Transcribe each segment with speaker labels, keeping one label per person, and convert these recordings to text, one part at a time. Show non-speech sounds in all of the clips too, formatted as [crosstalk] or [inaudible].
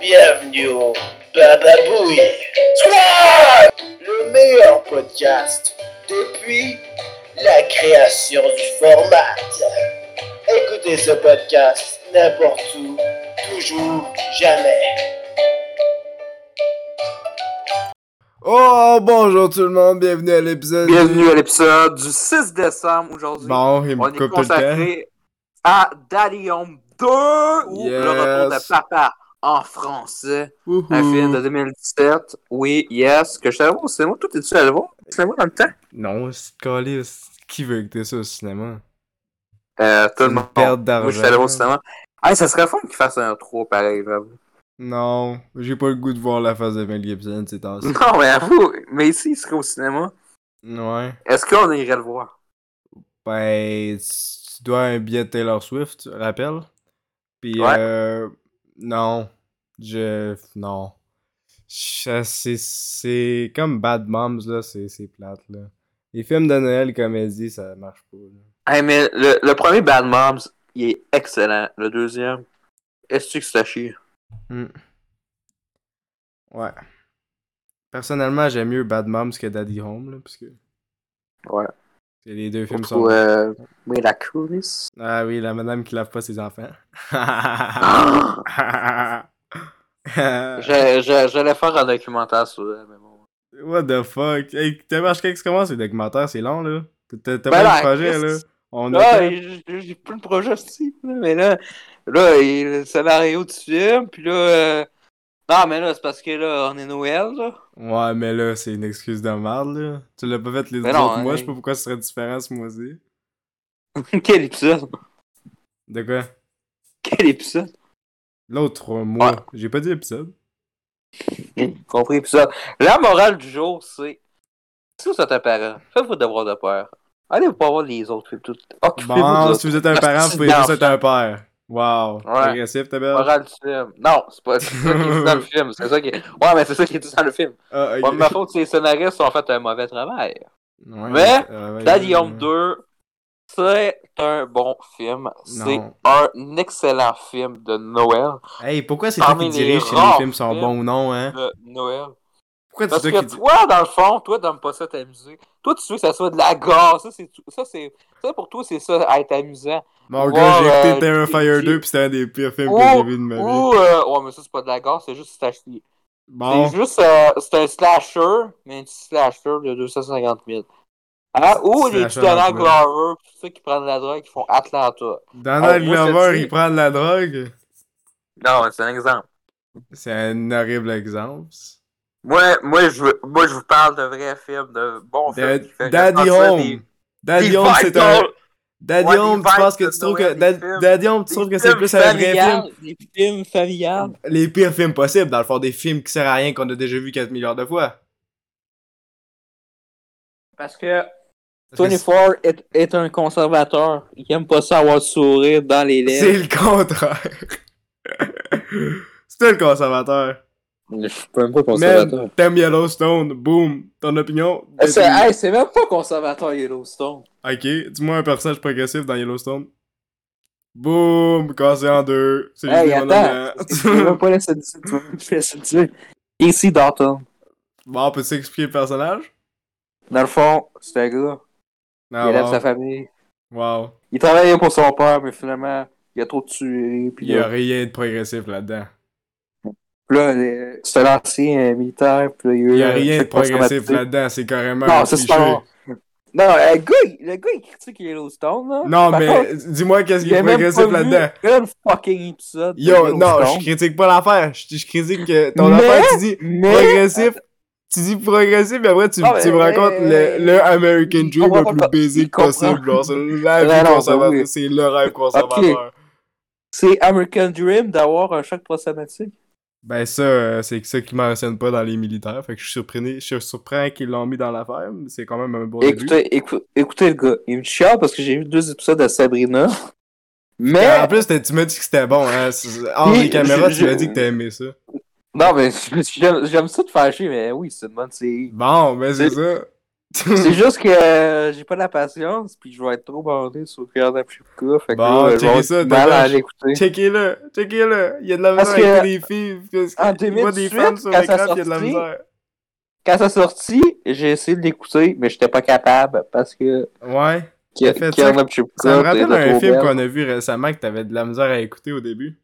Speaker 1: Bienvenue au Bababouille. Soit le meilleur podcast depuis la création du format. Écoutez ce podcast n'importe où, toujours, jamais.
Speaker 2: Oh, bonjour tout le monde, bienvenue à l'épisode.
Speaker 3: Bienvenue à l'épisode du 6 décembre aujourd'hui.
Speaker 2: Bon, il
Speaker 3: on
Speaker 2: me
Speaker 3: est
Speaker 2: coupe tout le temps.
Speaker 3: consacré à Daddy Home 2 ou
Speaker 2: Yes.
Speaker 3: le retour de papa en français. Un
Speaker 2: Wouhou.
Speaker 3: film de 2017. Oui, yes, que je savais au cinéma. Toi, t'es-tu allé le voir? Tu l'as vu dans le temps?
Speaker 2: Non, c'est de calice. Qui veut écouter ça au cinéma?
Speaker 3: Euh, tout
Speaker 2: C'est
Speaker 3: le
Speaker 2: une
Speaker 3: monde.
Speaker 2: perte
Speaker 3: Moi, je suis allé
Speaker 2: d'argent.
Speaker 3: voir au cinéma. Hey, ça serait fun qu'ils fassent un 3 pareil, j'avoue. [laughs]
Speaker 2: Non, j'ai pas le goût de voir la face de Mel Gibson,
Speaker 3: [laughs]
Speaker 2: c'est temps
Speaker 3: Non, mais avoue, mais ici, il serait au cinéma.
Speaker 2: Ouais.
Speaker 3: Est-ce qu'on irait le voir?
Speaker 2: Ben, tu tu dois un billet de Taylor Swift, tu te rappelles? Puis,
Speaker 3: Ouais.
Speaker 2: euh, non. Je. Non. Je- C'est c'est comme Bad Moms, là, c'est c'est plate, là. Les films de Noël, comédie, ça marche pas, là.
Speaker 3: Hey, mais le, le premier Bad Moms, il est excellent. Le deuxième, est-ce que c'est à chier?
Speaker 2: Ouais. Personnellement, j'aime mieux Bad Moms que Daddy Home, là, parce que
Speaker 3: Ouais.
Speaker 2: les deux films sont...
Speaker 3: Ou euh, Miraculous.
Speaker 2: Ah oui, la madame qui lave pas ses enfants.
Speaker 3: Ah! Je- je- J'allais faire un documentaire sur elle, mais bon.
Speaker 2: [laughs] What the fuck? Hey, t'as marché quand que ça commence, le documentaire, c'est long, là. T'as t'as pas
Speaker 3: Ben là,
Speaker 2: de projet,
Speaker 3: Chris.
Speaker 2: là. On a...
Speaker 3: Là, j'ai j'ai plus le projet aussi, là, mais là, là, il- le scénario du film, puis là. euh, Non, mais là, c'est parce que là, on est Noël, là. [laughs]
Speaker 2: Ouais, mais là, c'est une excuse de merde, là. Tu l'as pas fait les
Speaker 3: Ben
Speaker 2: autres
Speaker 3: non,
Speaker 2: mois,
Speaker 3: hein.
Speaker 2: je sais pas pourquoi ce serait différent ce mois-ci.
Speaker 3: Quel épisode
Speaker 2: De quoi?
Speaker 3: Quel épisode
Speaker 2: L'autre mois. J'ai pas dit épisode.
Speaker 3: Compris, épisode. La morale du jour, c'est. Si vous êtes un parent, faites vos devoirs de peur. Allez pas voir les autres films, tout. Occupez-vous de
Speaker 2: Bon,
Speaker 3: votre
Speaker 2: si vous êtes un
Speaker 3: Bah, Parce que
Speaker 2: parent, vous
Speaker 3: c'est
Speaker 2: pouvez juste
Speaker 3: d'enfant.
Speaker 2: être un père. Wow. Progressif, ta belle.
Speaker 3: morale du film. Non, c'est pas c'est ça qui est dit dans le film. C'est ça qui. Ouais, mais c'est ça qui est dit dans le film.
Speaker 2: Ah, ok.
Speaker 3: Pas de ma faute, si les scénaristes ont fait un mauvais travail.
Speaker 2: Ouais,
Speaker 3: Mais,
Speaker 2: euh, ouais,
Speaker 3: Daddy Home
Speaker 2: ouais.
Speaker 3: 2, c'est un bon film. C'est
Speaker 2: Non.
Speaker 3: un excellent film de Noël.
Speaker 2: Hey, pourquoi c'est toi
Speaker 3: Parmi
Speaker 2: qui
Speaker 3: les
Speaker 2: dirige si les
Speaker 3: rares
Speaker 2: films sont
Speaker 3: films.
Speaker 2: bons ou non, hein?
Speaker 3: De Noël.
Speaker 2: Pourquoi
Speaker 3: Parce
Speaker 2: c'est toi qui
Speaker 3: que
Speaker 2: dis.
Speaker 3: toi, dans le fond, toi, t'aimes pas ça t'amuser. Toi, tu veux que ça soit de la gore. Ça, c'est, ça, c'est, ça pour toi, c'est ça, être amusant.
Speaker 2: Mon
Speaker 3: Ouais,
Speaker 2: gars, j'ai écouté
Speaker 3: euh, Oh,
Speaker 2: Terrifier
Speaker 3: j'ai-
Speaker 2: 2 pis c'était un des pires films que
Speaker 3: Ou-
Speaker 2: j'ai vu de ma vie.
Speaker 3: Ou, euh, ouais, mais ça, c'est pas de la gore, c'est juste c'est à chier.
Speaker 2: Bon,
Speaker 3: C'est juste, euh, c'est un slasher, mais un petit slasher de 250 000. Hein? Ou les
Speaker 2: Slasher
Speaker 3: tutoriels
Speaker 2: Glover.
Speaker 3: Glover, tous ceux qui prennent de la drogue, qui font Atlanta.
Speaker 2: Donald
Speaker 3: Ah, moi, je te
Speaker 2: Glover,
Speaker 3: dis-
Speaker 2: il prend de la drogue.
Speaker 3: Non, c'est un exemple.
Speaker 2: C'est un horrible exemple.
Speaker 3: Moi, moi, je, veux- moi, je vous parle de vrais films, de bons
Speaker 2: Da-
Speaker 3: films. qui fait
Speaker 2: Daddy
Speaker 3: ressortir
Speaker 2: Home.
Speaker 3: des-
Speaker 2: Daddy
Speaker 3: des
Speaker 2: Home, c'est un.
Speaker 3: vibes
Speaker 2: Daddy
Speaker 3: Ouais, des
Speaker 2: Home, tu penses que
Speaker 3: vibes
Speaker 2: tu
Speaker 3: de
Speaker 2: trouves que.
Speaker 3: Noël, des
Speaker 2: Dad-
Speaker 3: films.
Speaker 2: Daddy Home,
Speaker 3: de-
Speaker 2: tu trouves que
Speaker 3: des
Speaker 2: c'est plus un vrai film?
Speaker 3: familiales, Des films familiales.
Speaker 2: Les pires films possibles, dans le fond, des films qui servent à rien qu'on a déjà vu 4 milliards de fois.
Speaker 3: Parce que
Speaker 2: Parce que
Speaker 3: Tony Ford est, est un conservateur. Il aime pas ça avoir le sourire dans les
Speaker 2: C'est
Speaker 3: lèvres.
Speaker 2: le contraire. [laughs] c'est toi le conservateur.
Speaker 3: Je suis même pas
Speaker 2: Man, t'aimes Yellowstone, boom, ton opinion.
Speaker 3: C'est
Speaker 2: détruite.
Speaker 3: hey, c'est même pas conservateur, Yellowstone.
Speaker 2: Ok, dis-moi un personnage progressif dans Yellowstone. Boom, cassé en deux. C'est
Speaker 3: Hey,
Speaker 2: des
Speaker 3: attends. hein.
Speaker 2: bonhommes.
Speaker 3: Tu veux pas laisser le dire, tu veux pas laisser le dire. Ici, Dalton.
Speaker 2: [laughs] Bon, peux-tu expliquer le personnage?
Speaker 3: Dans le fond, c'est un gars.
Speaker 2: Non,
Speaker 3: il aime
Speaker 2: wow.
Speaker 3: sa famille.
Speaker 2: Wow.
Speaker 3: Il travaillait pour son père, mais finalement, il a trop tué. Puis
Speaker 2: Il y a rien de progressif là-dedans.
Speaker 3: puis là, les- c'était l'ancien euh, militaire. Puis là, il y a eu
Speaker 2: Il y a
Speaker 3: un
Speaker 2: rien de
Speaker 3: truc
Speaker 2: progressif
Speaker 3: conservatif.
Speaker 2: là-dedans, c'est carrément un
Speaker 3: Euh, Non, ça, c'est
Speaker 2: cliché.
Speaker 3: pas bon. Non, euh, le gars, il- le gars, il critique Yellowstone, là.
Speaker 2: Non,
Speaker 3: Par contre,
Speaker 2: mais dis-moi qu'est-ce qui
Speaker 3: il
Speaker 2: est
Speaker 3: a même
Speaker 2: progressif
Speaker 3: pas
Speaker 2: là-dedans.
Speaker 3: vu un fucking épisode. de
Speaker 2: Yo, non,
Speaker 3: Yellowstone.
Speaker 2: je critique pas l'affaire. Je, je critique que ton
Speaker 3: Mais-
Speaker 2: affaire, tu dis
Speaker 3: Mais.
Speaker 2: progressif. Tu dis progressif, mais après, tu,
Speaker 3: Non, mais-
Speaker 2: tu me racontes
Speaker 3: mais-
Speaker 2: le, le American
Speaker 3: Il
Speaker 2: Dream le
Speaker 3: comprend
Speaker 2: plus
Speaker 3: pas. Il
Speaker 2: basic
Speaker 3: comprend.
Speaker 2: possible. Genre, c'est le
Speaker 3: [laughs] Non,
Speaker 2: rêve
Speaker 3: non,
Speaker 2: conservateur.
Speaker 3: mais oui.
Speaker 2: C'est le rêve conservateur.
Speaker 3: C'est American Dream d'avoir un choc post-traumatique.
Speaker 2: Ben, ça, euh, c'est ça qu'ils mentionnent pas dans les militaires. Fait que je suis surpris, je suis surpris qu'ils l'ont mis dans l'affaire. mais C'est quand même un bon début.
Speaker 3: Écoutez, écou- écoutez le gars, il me chiale parce que j'ai vu deux épisodes de Sabrina. [laughs] Mais.
Speaker 2: En plus, t'as- tu m'as dit que c'était bon. Hein. C'est- Hors
Speaker 3: Puis,
Speaker 2: les caméras,
Speaker 3: je-
Speaker 2: tu m'as
Speaker 3: je-
Speaker 2: dit que t'as aimé ça. [laughs]
Speaker 3: Non, mais j'aime j'aime ça de fâcher, mais oui, c'est une bonne série.
Speaker 2: Bon, ben c'est ça.
Speaker 3: C'est juste que euh, j'ai pas la patience, puis je vais être trop bandé sur Real Africa. Fait que
Speaker 2: Bon,
Speaker 3: là, je
Speaker 2: checkez
Speaker 3: vais
Speaker 2: ça,
Speaker 3: avoir du mal à
Speaker 2: dommage.
Speaker 3: l'écouter.
Speaker 2: Checkez-le, checkez-le. Il y a de la
Speaker 3: Parce
Speaker 2: misère avec
Speaker 3: que-
Speaker 2: les filles. Parce
Speaker 3: En
Speaker 2: qu'il voit des
Speaker 3: 2018,
Speaker 2: femmes sur
Speaker 3: quand
Speaker 2: l'écran,
Speaker 3: ça
Speaker 2: puis il y a de la
Speaker 3: sortit-
Speaker 2: misère.
Speaker 3: Quand ça sortit, j'ai essayé de l'écouter, mais j'étais pas capable parce que
Speaker 2: Ouais.
Speaker 3: Real
Speaker 2: fait ça.
Speaker 3: Africa.
Speaker 2: Ça me rappelle
Speaker 3: était
Speaker 2: un
Speaker 3: trop
Speaker 2: film
Speaker 3: belle.
Speaker 2: qu'on a vu récemment que t'avais de la misère à écouter au début.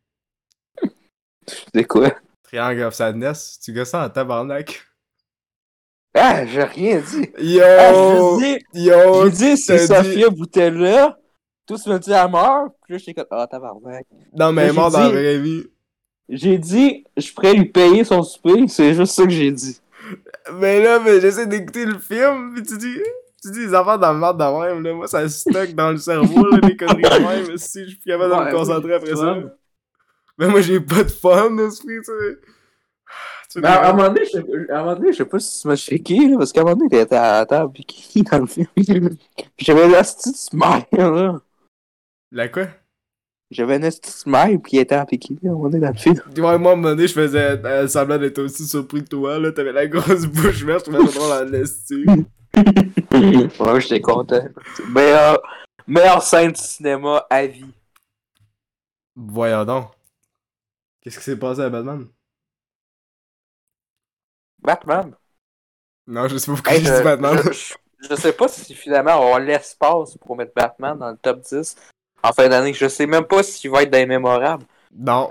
Speaker 3: C'est quoi
Speaker 2: Triangle of Sadness. Tu gosses ça en tabarnak.
Speaker 3: Ah, j'ai rien dit.
Speaker 2: Yo!
Speaker 3: Ah, je dis,
Speaker 2: Yo!
Speaker 3: J'ai dit, c'est
Speaker 2: t'as
Speaker 3: Sophia Boutella. Tous me disent, elle meurt. Puis là, j'étais comme, ah, tabarnak.
Speaker 2: Non, mais
Speaker 3: Là, j'ai
Speaker 2: mort dans la
Speaker 3: dit-
Speaker 2: vraie vie.
Speaker 3: J'ai dit, je pourrais lui payer son souper. C'est juste ça que j'ai dit.
Speaker 2: Mais là, mais j'essaie d'écouter le film, pis tu dis. Tu dis les affaires dans le marde de même, là. Moi, ça se stocke dans le cerveau, là, les conneries de
Speaker 3: [laughs]
Speaker 2: même. Si je suis plus capable de
Speaker 3: Ouais,
Speaker 2: me concentrer
Speaker 3: oui,
Speaker 2: après
Speaker 3: tu
Speaker 2: ça.
Speaker 3: vois.
Speaker 2: Mais moi, j'ai pas de fun, esprit, tu sais. Ah, Tu
Speaker 3: Mais Ben, à, à un moment donné, je, à un moment donné, je sais pas si tu m'as checké, là, parce qu'à un moment donné, il était à la table, puis qui dans le film. [laughs] Puis j'avais un petit smile, là.
Speaker 2: La quoi?
Speaker 3: J'avais un petit smile, puis il était en piqué, là, à un moment donné, dans le film.
Speaker 2: Ouais, moi, à un moment donné, je faisais euh, semblant d'être aussi surpris que toi, là. T'avais la grosse [laughs] bouche verte, je trouvais ça drôle en esti.
Speaker 3: [laughs] ouais, j'étais content. Meilleur, meilleure scène de cinéma à vie.
Speaker 2: Voyons donc. Qu'est-ce qui s'est passé à Batman?
Speaker 3: Batman.
Speaker 2: Non, je sais pas pourquoi
Speaker 3: Hey,
Speaker 2: j'ai dit Batman.
Speaker 3: je- je- je sais pas si finalement on l'espace pour mettre Batman dans le top 10 en fin d'année. Je sais même pas s'il va être dans les mémorables.
Speaker 2: Non,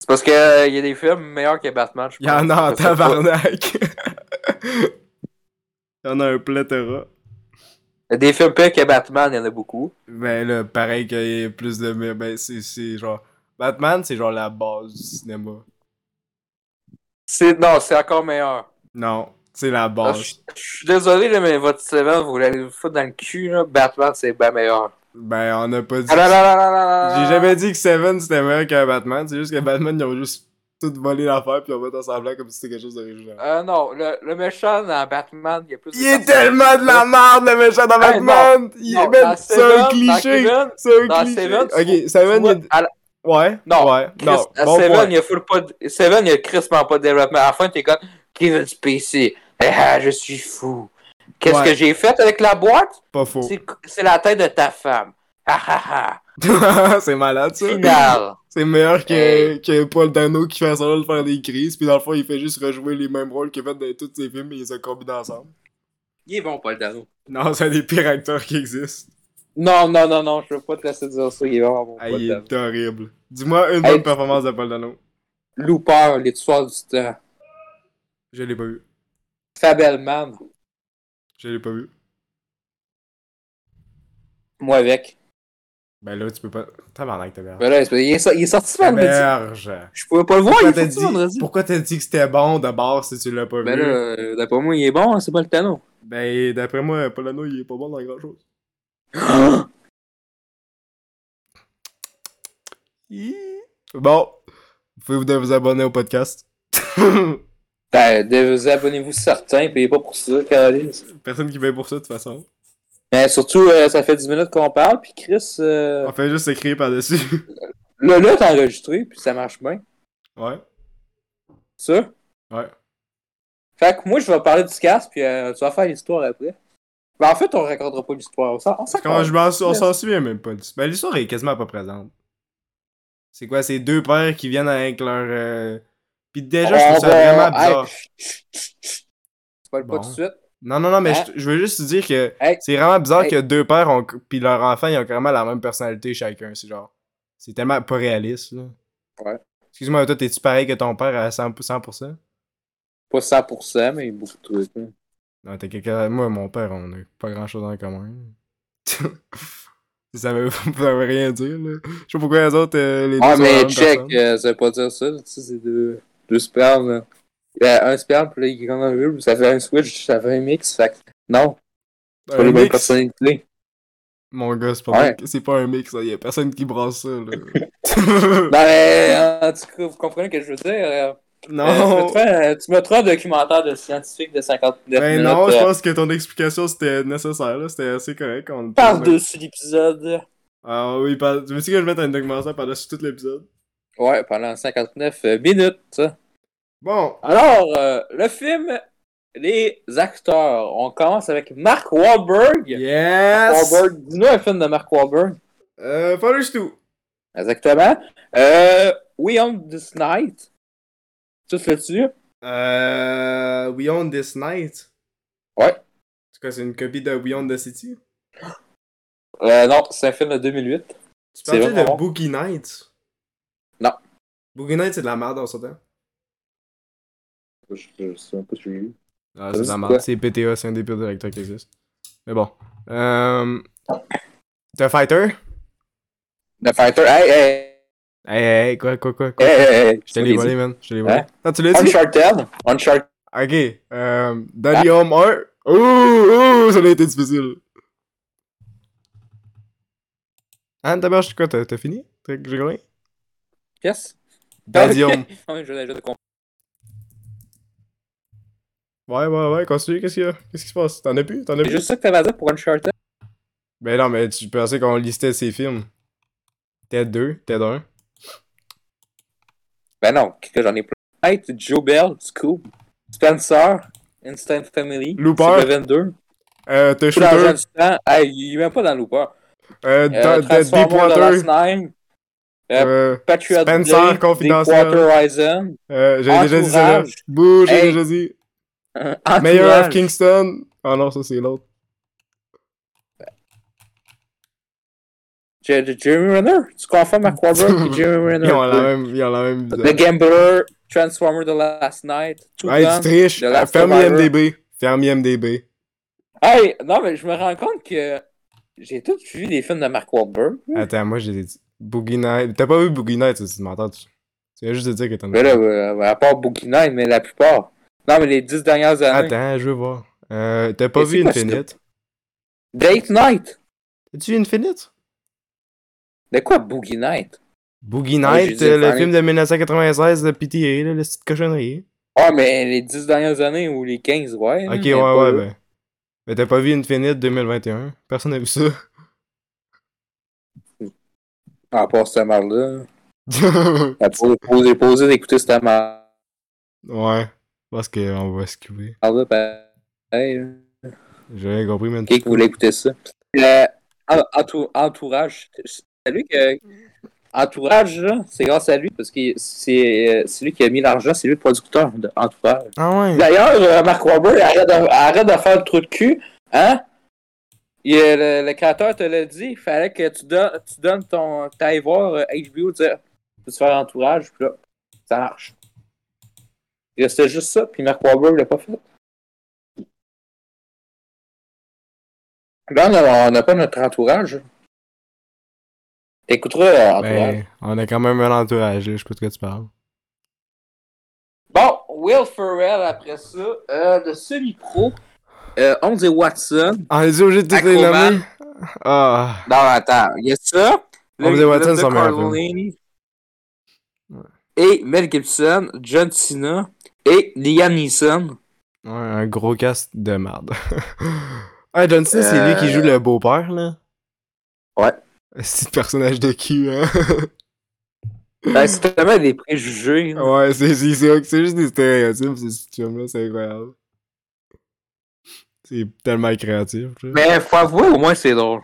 Speaker 3: C'est parce qu'il y a des films meilleurs que Batman. je
Speaker 2: il y en
Speaker 3: pense.
Speaker 2: a en
Speaker 3: Je sais pas.
Speaker 2: [laughs] tabarnak. Il y en a un pléthora.
Speaker 3: Des films pires que Batman, il y en a beaucoup.
Speaker 2: Ben là, pareil qu'il y ait plus de. mais Ben, c'est- c'est genre. Batman, c'est genre la base du cinéma.
Speaker 3: C'est... Non, c'est encore meilleur.
Speaker 2: Non, c'est la
Speaker 3: Ah,
Speaker 2: base.
Speaker 3: Je je suis désolé, là, mais votre semaine, vous l'avez vous foutre dans le cul. Là. Batman, c'est bien meilleur.
Speaker 2: Ben, on a pas dit.
Speaker 3: Ah, là, là, là, là, là, là,
Speaker 2: J'ai
Speaker 3: là.
Speaker 2: jamais dit que Seven c'était meilleur qu'un Batman, c'est juste que Batman ils ont juste tout volé l'affaire puis ils ont fait en semblant comme si c'était quelque chose d'original.
Speaker 3: Euh, non, le, le méchant dans Batman, il y a plus de
Speaker 2: Il est
Speaker 3: personnages.
Speaker 2: tellement de la merde le méchant dans
Speaker 3: Ah. Hey, non.
Speaker 2: Batman! Il
Speaker 3: Non,
Speaker 2: est même-
Speaker 3: dans
Speaker 2: C'est un
Speaker 3: Seven,
Speaker 2: cliché!
Speaker 3: dans Seven,
Speaker 2: C'est un
Speaker 3: dans
Speaker 2: cliché!
Speaker 3: Seven,
Speaker 2: ok, Seven, il y
Speaker 3: Ouais,
Speaker 2: a-
Speaker 3: à la-
Speaker 2: Ouais,
Speaker 3: Non,
Speaker 2: ouais,
Speaker 3: Chris,
Speaker 2: non,
Speaker 3: à
Speaker 2: bon
Speaker 3: Seven,
Speaker 2: point.
Speaker 3: il y a full pas de... Seven, il y a crissement pas de développement. À la fin, t'es comme Kevin Spacey. Eh, Ah, je suis fou. Qu'est-ce
Speaker 2: Ouais.
Speaker 3: que j'ai fait avec la boîte?
Speaker 2: Pas faux.
Speaker 3: C'est- C'est la tête de ta femme. Ah ah ah.
Speaker 2: [laughs] c'est malade ça.
Speaker 3: Final.
Speaker 2: C'est meilleur que,
Speaker 3: Hey.
Speaker 2: que Paul Dano qui fait semblant de faire des crises, puis dans le fond, il fait juste rejouer les mêmes rôles qu'il fait dans tous ses films et il les a combinés ensemble.
Speaker 3: Il est bon, Paul Dano.
Speaker 2: Non, c'est un des pires acteurs qui existent.
Speaker 3: Non, non, non, non, je veux pas te laisser dire ça. Il est vraiment bon,
Speaker 2: Ah,
Speaker 3: Paul
Speaker 2: il
Speaker 3: Dano.
Speaker 2: est horrible. Dis-moi une
Speaker 3: Oh, Hey,
Speaker 2: bonne
Speaker 3: tu-
Speaker 2: performance de Paul Dano.
Speaker 3: Looper, les tueurs du temps.
Speaker 2: Je l'ai pas vu.
Speaker 3: Fabelman.
Speaker 2: Je l'ai pas vu.
Speaker 3: Moi avec.
Speaker 2: Ben là, tu peux pas. Tabarnak, ta merde.
Speaker 3: Mais là, il est, so- il est sorti vendredi.
Speaker 2: Berge.
Speaker 3: Je pouvais pas le voir, Ah,
Speaker 2: Pourquoi
Speaker 3: il est
Speaker 2: t'as
Speaker 3: sorti
Speaker 2: dit,
Speaker 3: vendredi.
Speaker 2: pourquoi t'as dit que c'était bon d'abord si tu l'as pas
Speaker 3: Ben
Speaker 2: vu?
Speaker 3: là, euh, d'après moi, il est bon, hein, c'est pas le [gasps] Dano.
Speaker 2: Ben, d'après moi, Paul Dano, il est pas bon dans grand chose. Bon, vous pouvez vous- vous abonner au podcast. [laughs]
Speaker 3: Ben, dés- abonnez-vous certains, payez pas pour ça, Caroline.
Speaker 2: Personne qui paye pour ça, de toute façon.
Speaker 3: Mais surtout, euh, ça fait 10 minutes qu'on parle, puis Chris, euh,
Speaker 2: On fait juste écrire par-dessus. [laughs]
Speaker 3: là, là, t'as enregistré, puis ça marche bien.
Speaker 2: ouais,
Speaker 3: Ça?
Speaker 2: ouais.
Speaker 3: Fait que moi, je vais parler du casque, puis euh, tu vas faire l'histoire après. Ben, en fait, on racontera pas l'histoire. On s'en on s'en
Speaker 2: Comment
Speaker 3: calme.
Speaker 2: je m'en sou- on s'en souvient même pas. du- Ben, l'histoire est quasiment pas présente. C'est quoi, ces deux pères qui viennent avec leur. euh, Pis déjà, je
Speaker 3: On
Speaker 2: trouve ça
Speaker 3: va-
Speaker 2: vraiment
Speaker 3: Euh, ben, Hey,
Speaker 2: bizarre.
Speaker 3: chut, chut, chut, chut. Tu parles pas
Speaker 2: Bon.
Speaker 3: tout de suite.
Speaker 2: Non, non, non, mais
Speaker 3: Hein?
Speaker 2: je, je veux juste te dire que
Speaker 3: Hey.
Speaker 2: c'est vraiment bizarre
Speaker 3: Hey.
Speaker 2: que deux pères ont, puis leur enfant, ils ont carrément la même personnalité chacun. C'est genre. C'est tellement pas réaliste, là.
Speaker 3: Ouais.
Speaker 2: Excuse-moi, toi, t'es-tu pareil que ton père à 100%, 100%?
Speaker 3: Pas 100%, mais beaucoup de trucs. hein.
Speaker 2: Non, t'es quelqu'un. Moi, mon père, on a pas grand-chose en commun. [laughs] ça, veut... ça veut rien dire, là. Je sais pas pourquoi les autres, euh, les deux.
Speaker 3: Ah,
Speaker 2: sont la
Speaker 3: mais
Speaker 2: même
Speaker 3: check,
Speaker 2: personne.
Speaker 3: euh, ça veut pas dire ça, tu sais, c'est deux, deux spermes, là. Ben, un sperme, puis là, il est comme un vulve, ça fait un switch, ça fait un mix, fait que, non, c'est
Speaker 2: Un
Speaker 3: pas les mêmes
Speaker 2: Ben, mix,
Speaker 3: personnalités.
Speaker 2: Mon gars, c'est pas,
Speaker 3: Ouais.
Speaker 2: c'est pas un mix, là. Y a personne qui brasse ça, là.
Speaker 3: [laughs] Non, mais, Ben, euh, en tout cas, vous comprenez ce que je veux dire, euh, euh,
Speaker 2: non!
Speaker 3: tu, me feras, euh, tu me feras un documentaire de scientifique de 59
Speaker 2: Ben
Speaker 3: minutes,
Speaker 2: non, je
Speaker 3: euh,
Speaker 2: pense que ton explication c'était nécessaire, là. C'était assez correct. On...
Speaker 3: par-dessus l'épisode.
Speaker 2: Ah oui, par... tu veux-tu que je mette un documentaire par-dessus tout l'épisode?
Speaker 3: Ouais, pendant 59 minutes.
Speaker 2: Bon,
Speaker 3: Alors, euh, le film les acteurs. On commence avec Mark Wahlberg.
Speaker 2: Yes!
Speaker 3: Wahlberg, dis-nous un film de Mark Wahlberg.
Speaker 2: Euh, Father's Two.
Speaker 3: Exactement. Euh, We Own This Night. Tout là-dessus.
Speaker 2: Euh, We Own This Night.
Speaker 3: Ouais.
Speaker 2: En tout cas, c'est une copie de We Own the City.
Speaker 3: Euh, non, c'est un film de 2008.
Speaker 2: Tu
Speaker 3: C'est
Speaker 2: parlais
Speaker 3: vraiment
Speaker 2: de
Speaker 3: bon.
Speaker 2: Boogie Night?
Speaker 3: Non.
Speaker 2: Boogie Night, c'est de la merde en ce temps.
Speaker 3: Je, je sais même pas si je l'ai vu.
Speaker 2: Ah,
Speaker 3: Ça,
Speaker 2: c'est de la
Speaker 3: c'est
Speaker 2: merde.
Speaker 3: quoi?
Speaker 2: C'est PTA, c'est un des pires directeurs qui existe. Mais bon. Euh... The Fighter?
Speaker 3: The Fighter. Hey, hey,
Speaker 2: Hey, hey, hey, quoi, quoi, quoi, quoi?
Speaker 3: hey, hey, hey.
Speaker 2: Je te l'ai volé, man. Je te l'ai volé.
Speaker 3: Hein?
Speaker 2: Non, tu l'as dit?
Speaker 3: Uncharted. Uncharted.
Speaker 2: Ok.
Speaker 3: Ah.
Speaker 2: Euh, Daddy Home 1. Ouh, ouh, ça a été difficile. Hein, d'abord, je quoi, t'as t'as fini? T'as j'ai gagné?
Speaker 3: Yes.
Speaker 2: Daddy
Speaker 3: Ok. [laughs]
Speaker 2: Home.
Speaker 3: Oui, je, je te comprends.
Speaker 2: [laughs] Ouais, ouais, ouais, continue, qu'est-ce qu'il y a? Qu'est-ce qui se passe? T'en as plus? T'en as
Speaker 3: C'est
Speaker 2: plus?
Speaker 3: juste ça que t'avais à dire pour Uncharted.
Speaker 2: Ben non, mais tu pensais qu'on listait ses films. Ted 2, Ted 1.
Speaker 3: Ben non, que j'en ai plein. Night, Joe Bell, Scoop, Spencer, Instant Family,
Speaker 2: Looper.
Speaker 3: 22.
Speaker 2: Euh, The
Speaker 3: Tout l'argent
Speaker 2: Shooter.
Speaker 3: du temps. Hey, il est même pas dans Looper.
Speaker 2: Euh,
Speaker 3: Euh,
Speaker 2: Da- Da-
Speaker 3: Transformers, The Last
Speaker 2: Deepwater.
Speaker 3: Nine, Yep.
Speaker 2: Euh,
Speaker 3: Patriot
Speaker 2: Spencer,
Speaker 3: Day,
Speaker 2: Confidentiel.
Speaker 3: Deepwater Horizon,
Speaker 2: euh, j'ai déjà dit ça là.
Speaker 3: Entourage.
Speaker 2: Bouh, j'ai
Speaker 3: Hey.
Speaker 2: déjà dit.
Speaker 3: euh,
Speaker 2: Mayor
Speaker 3: Entourage.
Speaker 2: of Kingston. Ah non, ça c'est l'autre.
Speaker 3: J- J- Jeremy Renner. Tu confonds
Speaker 2: [laughs]
Speaker 3: Mark Wahlberg et Jeremy Renner.
Speaker 2: Ils ont la même, ils ont la même
Speaker 3: The
Speaker 2: visage.
Speaker 3: Gambler, Transformer The Last Night, Two
Speaker 2: Ouais, tu
Speaker 3: Guns.
Speaker 2: triches.
Speaker 3: The Last
Speaker 2: Ferme
Speaker 3: Survivor.
Speaker 2: IMDB. Ferme IMDB.
Speaker 3: Hey, non, mais je me rends compte que j'ai tout vu les films de Mark Wahlberg.
Speaker 2: Attends, moi j'ai dit Boogie Night. T'as pas vu Boogie Night, ça, tu m'entends? Tu tu viens juste de dire que t'en
Speaker 3: Mais
Speaker 2: as
Speaker 3: là,
Speaker 2: pas.
Speaker 3: euh, à part Boogie Night, mais la plupart. Non, mais les dix dernières années.
Speaker 2: Attends, je veux voir. Euh, t'as pas
Speaker 3: Mais c'est
Speaker 2: vu
Speaker 3: quoi,
Speaker 2: Infinite?
Speaker 3: Date Night.
Speaker 2: T'as-tu vu Infinite?
Speaker 3: De quoi Boogie Night?
Speaker 2: Boogie
Speaker 3: Ah, j'ai
Speaker 2: Night,
Speaker 3: dit
Speaker 2: euh, le
Speaker 3: Infinite.
Speaker 2: film de 1996 de PTA, là, le petite cochonnerie.
Speaker 3: Ah, mais les dix dernières années ou les 15, ouais.
Speaker 2: Ok,
Speaker 3: mais
Speaker 2: ouais,
Speaker 3: pas
Speaker 2: ouais,
Speaker 3: là.
Speaker 2: ben. Mais t'as pas vu Infinite 2021? Personne n'a vu ça. [laughs]
Speaker 3: À part cette merde-là. T'as posé, posé, posé d'écouter cette merde-là.
Speaker 2: ouais. Parce qu'on va skipper.
Speaker 3: Ah pareil, là.
Speaker 2: J'ai rien compris, man.
Speaker 3: Qui voulait écouter ça? Euh, en- entou- entourage. C'est lui que. Entourage, là, c'est grâce à lui, parce que c'est euh, c'est lui qui a mis l'argent, c'est lui le producteur de Entourage.
Speaker 2: Ah ouais?
Speaker 3: D'ailleurs, euh, Mark Wahlberg, arrête de, arrête de faire le trou de cul, hein? Il, euh, le, le créateur te l'a dit, il fallait que tu, donnes- tu donnes ton. T'ailles voir euh, HBO, dire, peux-tu faire entourage, puis là, ça marche. Il restait juste ça, puis Mark Wahlberg l'a pas fait. Là, Ben, on a- on n'a pas notre entourage. T'écouteras euh, entourage.
Speaker 2: Ben, on a quand même un entourage, là, je sais pas de quoi tu parles.
Speaker 3: Bon, Will Ferrell après ça, euh, le semi-pro, euh, on dit Watson.
Speaker 2: On est obligé de toutes Ah, les
Speaker 3: Aquaman.
Speaker 2: nommer? Ah.
Speaker 3: Non, attends, il y a ça.
Speaker 2: On faisait Watson, son meilleur film.
Speaker 3: Carlini. Et Mel Gibson, John Cena et Liam Neeson.
Speaker 2: Ouais, un gros cast de merde. [laughs] ah, John Cena, c'est lui qui joue le beau-père, là?
Speaker 3: Euh. Ouais.
Speaker 2: C'est le personnage de cul, hein? [laughs]
Speaker 3: Ben, c'est tellement des préjugés. là.
Speaker 2: ouais, c'est c'est- c'est- c'est juste des stéréotypes, ce film-là, c'est incroyable. C'est tellement créatif, tu sais.
Speaker 3: Mais Ben, faut avouer, au moins c'est drôle.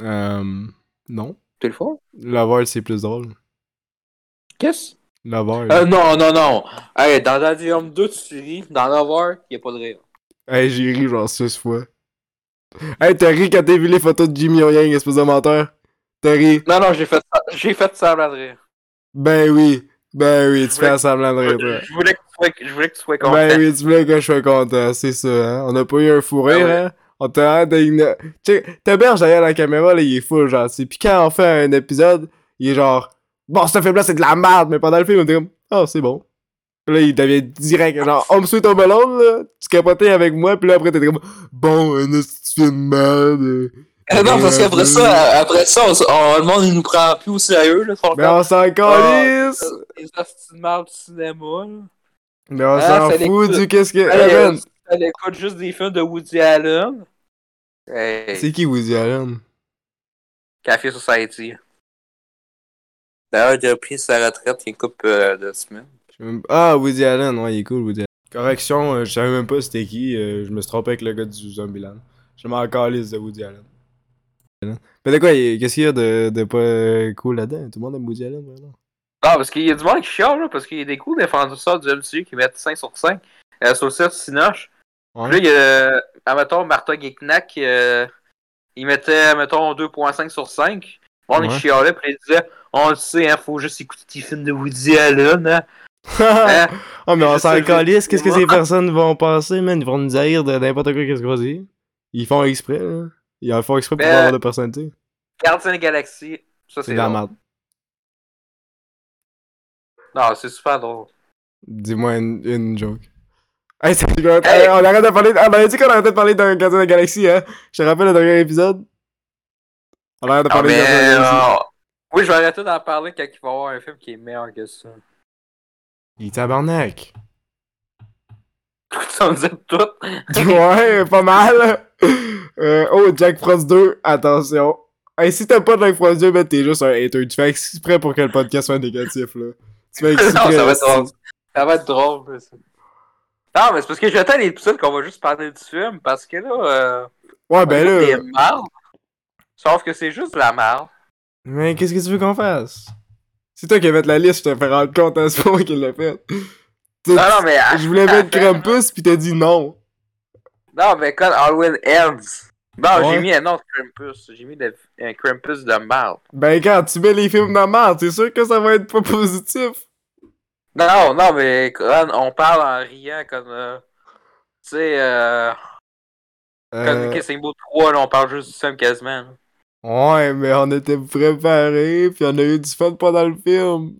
Speaker 2: Euh, non.
Speaker 3: Tu le fort?
Speaker 2: Lover, c'est plus drôle.
Speaker 3: Qu'est-ce?
Speaker 2: Lover.
Speaker 3: Euh, non, non, non. Hey, dans Daddy Home 2, tu ris. Dans Lover, il n'y a pas de rire.
Speaker 2: Hey, j'ai ri genre 6 fois. Hey, t'as ri quand t'as vu les photos de Jimmy O'Yang, espèce de menteur? T'as ri?
Speaker 3: Non, non, j'ai fait, ça- j'ai fait semblant de rire.
Speaker 2: Ben oui, ben oui, tu
Speaker 3: Je
Speaker 2: fais
Speaker 3: voulais-
Speaker 2: semblant de rire, toi.
Speaker 3: Je voulais que tu sois, je voulais que tu sois content.
Speaker 2: Ben oui, tu voulais que je sois content, c'est ça, hein? On a pas eu un fou rire,
Speaker 3: Ben oui.
Speaker 2: hein? On t'a hâte d'igno- Tu sais, Taberge derrière la caméra, là, il est fou, gentil. Puis quand on fait un épisode, il est genre, bon, ce film-là, c'est de la merde, mais pendant le film, on était comme, oh, c'est bon. Puis là, il devient direct, genre, Home Sweet Home Alone, là, tu capotais avec moi, puis là, après, t'étais comme, bon, un petit film de merde. euh.
Speaker 3: Euh, non, parce qu'après ça, après ça, on, on- le monde, il nous prend plus au sérieux. Là, son
Speaker 2: Mais Ben, on s'en calisse!
Speaker 3: Les hosties de merde du cinéma, là.
Speaker 2: Mais on
Speaker 3: Ah,
Speaker 2: s'en
Speaker 3: ça
Speaker 2: fout
Speaker 3: l'écoute.
Speaker 2: du qu'est-ce que.
Speaker 3: Hey,
Speaker 2: Evan,
Speaker 3: euh, Elle écoute juste des films de Woody Allen. Hey,
Speaker 2: C'est qui Woody Allen?
Speaker 3: Café Society. D'ailleurs, il a pris sa retraite il y a une couple euh, de semaines.
Speaker 2: Je même- Ah, Woody Allen, ouais, il est cool, Woody Allen. Correction, euh, je savais même pas c'était qui. euh, je me suis trompé avec le gars du Zombieland. Je m'en calisse de Woody Allen. Allen. Mais de quoi, il- qu'est-ce qu'il y a de, de pas euh, cool là-dedans? Tout le monde aime Woody Allen, vraiment.
Speaker 3: Non, parce qu'il y a du monde qui chiale, là, parce qu'il y a des coups défenseurs du MCU qui mettent 5 sur 5 euh, sur le site Sinoche.
Speaker 2: Ouais.
Speaker 3: Puis là, il y a, euh, admettons, Martha Geknack, euh, il mettait, mettons, 2.5 sur 5. On
Speaker 2: Ouais.
Speaker 3: il chialait, puis il disait, on le sait, hein, faut juste écouter tes films de Woody Allen, hein. Hein?
Speaker 2: oh, mais on
Speaker 3: Je
Speaker 2: s'en
Speaker 3: sais,
Speaker 2: calisse. Qu'est-ce que
Speaker 3: moi.
Speaker 2: ces personnes vont penser, man? Ils vont nous haïr de n'importe quoi, qu'est-ce qu'on dit? Ils font exprès, là. Ils en font exprès pour
Speaker 3: Mais-
Speaker 2: avoir de personnalité.
Speaker 3: Guardian Galaxy, ça
Speaker 2: C'est
Speaker 3: c'est
Speaker 2: de la
Speaker 3: drôle.
Speaker 2: merde.
Speaker 3: Non, c'est super drôle.
Speaker 2: Dis-moi une, une joke. Hey, c'est- Hey, on arrête de parler. On avait dit qu'on arrêtait de parler d'un Gardien de la Galaxie, hein. Je te rappelle le dernier épisode. On arrête de
Speaker 3: Ah,
Speaker 2: parler d'un
Speaker 3: mais,
Speaker 2: Gardien de la Galaxie.
Speaker 3: euh, oui, je vais arrêter d'en parler quand il va y avoir un film qui est meilleur que ça. [laughs]
Speaker 2: Il tabarnak.
Speaker 3: Ça me dit tout.
Speaker 2: [laughs] ouais, pas mal. Euh, oh, Jack Frost 2, attention. Hey, si t'as pas de Jack Frost 2, ben t'es juste un hater. Tu fais exprès pour que le podcast soit négatif, là. Tu fais
Speaker 3: [laughs] non,
Speaker 2: exprès.
Speaker 3: ça va être
Speaker 2: esti.
Speaker 3: drôle. Ça va être drôle. mais c'est- Non, mais c'est parce que j'attends l'épisode qu'on va juste parler du film parce que là, euh,
Speaker 2: Ouais, ben
Speaker 3: on est
Speaker 2: là.
Speaker 3: marre. Sauf que c'est juste de la marre.
Speaker 2: Mais qu'est-ce que tu veux qu'on fasse? C'est toi qui as fait la liste, je te fais rendre compte à ce moment qu'il l'a fait. Tu-
Speaker 3: Non, non, mais. ah,
Speaker 2: Je voulais mettre
Speaker 3: Attends.
Speaker 2: Krampus, pis t'as dit non.
Speaker 3: Non, mais quand Halloween ends. Non,
Speaker 2: Ouais.
Speaker 3: j'ai mis un autre Krampus. J'ai mis le- un Krampus de marre.
Speaker 2: Ben, quand tu mets les films dans merde, c'est sûr que ça va être pas [laughs] positif.
Speaker 3: Non, non, mais quand on parle en riant comme. euh, tu sais, euh, comme
Speaker 2: Euh,
Speaker 3: Kissing Booth 3, là, on parle juste du film quasiment. là.
Speaker 2: ouais, mais on était préparés, pis on a eu du fun pendant le film.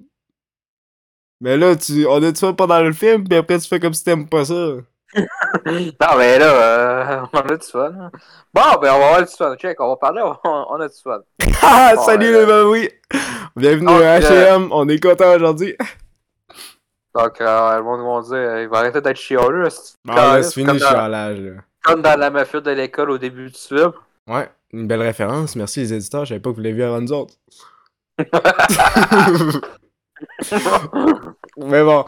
Speaker 2: Mais là, tu, on a du fun pendant le film, pis après tu fais comme si t'aimes pas ça. [laughs]
Speaker 3: Non, mais là, euh, [laughs] on a du fun. hein. Bon, ben, on va avoir du fun. Check, on va parler, on, on a du fun.
Speaker 2: Ah,
Speaker 3: Ouais.
Speaker 2: salut les babouis! Bienvenue
Speaker 3: Donc, euh,
Speaker 2: à H&M, on est content aujourd'hui.
Speaker 3: Donc, euh, le monde va dire, euh, il va arrêter d'être chialeux. c'est-
Speaker 2: Bon, là,
Speaker 3: comme-
Speaker 2: c'est fini
Speaker 3: comme
Speaker 2: le
Speaker 3: dans-
Speaker 2: chialage, là.
Speaker 3: Comme dans la mafia de l'école au début du film.
Speaker 2: Ouais, une belle référence, merci les éditeurs, je savais pas que vous l'aviez avant nous autres. Mais bon,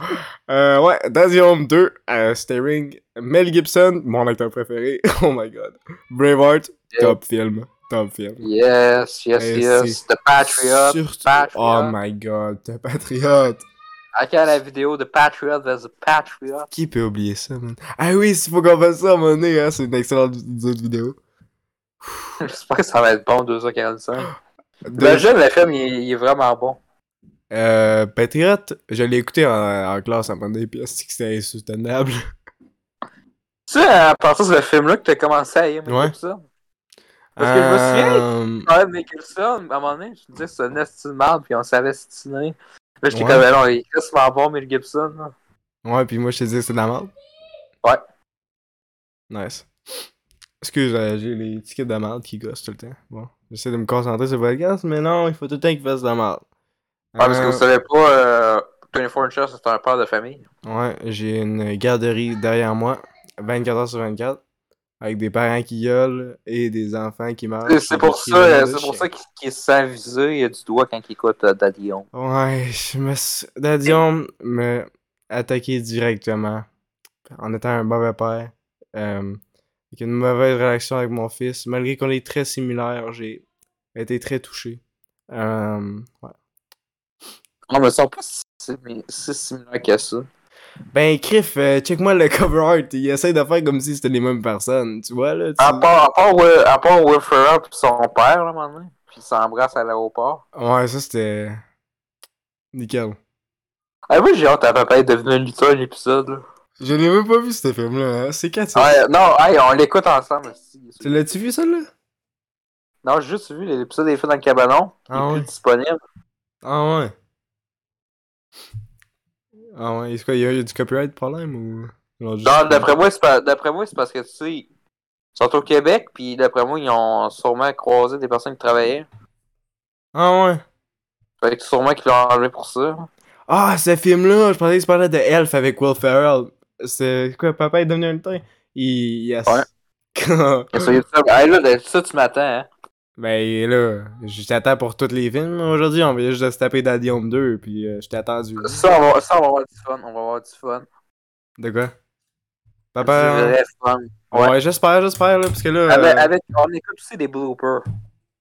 Speaker 2: euh, ouais, Daisy Home 2, euh, starring Mel Gibson, mon acteur préféré. [laughs] oh my god. Braveheart, top film. Top film.
Speaker 3: yes, yes,
Speaker 2: Et
Speaker 3: yes. The Patriot.
Speaker 2: Surtout-
Speaker 3: Patriot.
Speaker 2: Oh my god, The Patriot.
Speaker 3: À quand la vidéo de Patriot vs Patriot? [laughs]
Speaker 2: Qui peut oublier ça, man? Ah oui, il faut qu'on fasse ça à un moment donné, hein, c'est une excellente vid- autre vidéo.
Speaker 3: J'espère que ça va être bon, 2h45.
Speaker 2: De-
Speaker 3: Le jeune, le film, il, il est vraiment bon.
Speaker 2: euh, Patriot, je l'ai écouté en, en classe à un moment donné, puis c'est que c'était insoutenable.
Speaker 3: Tu sais, à partir de ce film-là que t'as commencé à aimer
Speaker 2: Ouais.
Speaker 3: comme ça. Parce que je me
Speaker 2: Euh,
Speaker 3: Ouais, Mickelson, à un moment donné, je me disais, c'est un esti de merde, puis on savait stiné. Là, j'étais
Speaker 2: Ouais.
Speaker 3: comme, ben non, il est quasiment bon, Mel Gibson. là.
Speaker 2: Ouais, puis moi je te dis que c'est de la merde.
Speaker 3: Ouais.
Speaker 2: Nice. Excuse, euh, j'ai les tickets de la merde qui gossent tout le temps. Bon, j'essaie de me concentrer sur le podcast, mais non, il faut tout le temps qu'ils fassent de la merde.
Speaker 3: Ouais, parce que vous savez pas, euh, 24 Inches, c'est un père de famille.
Speaker 2: Euh, Ouais, j'ai une garderie derrière moi, 24 h sur 24, avec des parents qui gueulent et des enfants qui meurent.
Speaker 3: C'est- c'est pour
Speaker 2: Qui
Speaker 3: ça,
Speaker 2: meurent
Speaker 3: euh,
Speaker 2: de
Speaker 3: c'est pour
Speaker 2: chien.
Speaker 3: ça qu'il qu'il se sent visé du doigt quand il écoute euh, Daddy Home.
Speaker 2: Ouais, je me suis... Dadion me attaqué directement en étant un mauvais père. euh, avec une mauvaise relation avec mon fils. Malgré qu'on est très similaires, j'ai été très touché. Euh, ouais.
Speaker 3: Non, mais ils sont pas si, simi- si similaires que ça.
Speaker 2: Ben, Criff, euh, check-moi le cover art. Il essaie de faire comme si c'était les mêmes personnes. Tu vois, là? tu-
Speaker 3: À part, à part, Will, à part Will Ferrell pis son père, là, à un moment donné, pis ils s'embrassent à l'aéroport.
Speaker 2: Ouais, ça, c'était... Nickel.
Speaker 3: Ah oui, j'ai hâte à papa être devenu un lutteur l'épisode, là.
Speaker 2: Je l'ai même pas vu, ce film-là. hein. C'est quand, ça?
Speaker 3: Ouais, non, hey, on l'écoute ensemble, aussi.
Speaker 2: Tu l'as-tu vu, ça, là?
Speaker 3: Non, j'ai juste vu l'épisode des faits dans le cabanon. Il est
Speaker 2: Ah
Speaker 3: plus
Speaker 2: ouais.
Speaker 3: disponible.
Speaker 2: Ah ouais. Ah ouais, est-ce qu'il y, a- y a du copyright problème ou. Non,
Speaker 3: Non, d'après moi, c'est pas... d'après moi, c'est parce que tu sais, ils sont au Québec, puis d'après moi, ils ont sûrement croisé des personnes qui travaillaient.
Speaker 2: Ah ouais.
Speaker 3: Fait que sûrement qu'ils l'ont enlevé pour ça.
Speaker 2: Ah, ce film-là, je pensais que tu parlais de Elf avec Will Ferrell. C'est quoi, papa est devenu un lutin? Il. Yes. [laughs]
Speaker 3: Ouais.
Speaker 2: Ouais.
Speaker 3: Et sur YouTube, hey, là, de- ça, tu m'attends, hein.
Speaker 2: Ben là, je t'attends pour tous les films. Aujourd'hui, on vient juste de se taper Daddy Home 2, puis euh, je t'ai attendu.
Speaker 3: Ça on, va, ça, on va avoir du fun. On va avoir du fun.
Speaker 2: De quoi? Ah
Speaker 3: Du
Speaker 2: Papa.
Speaker 3: vrai fun.
Speaker 2: Ouais,
Speaker 3: ouais.
Speaker 2: j'espère, j'espère, là, parce que là.
Speaker 3: Avec,
Speaker 2: euh,
Speaker 3: avec- on écoute aussi des bloopers.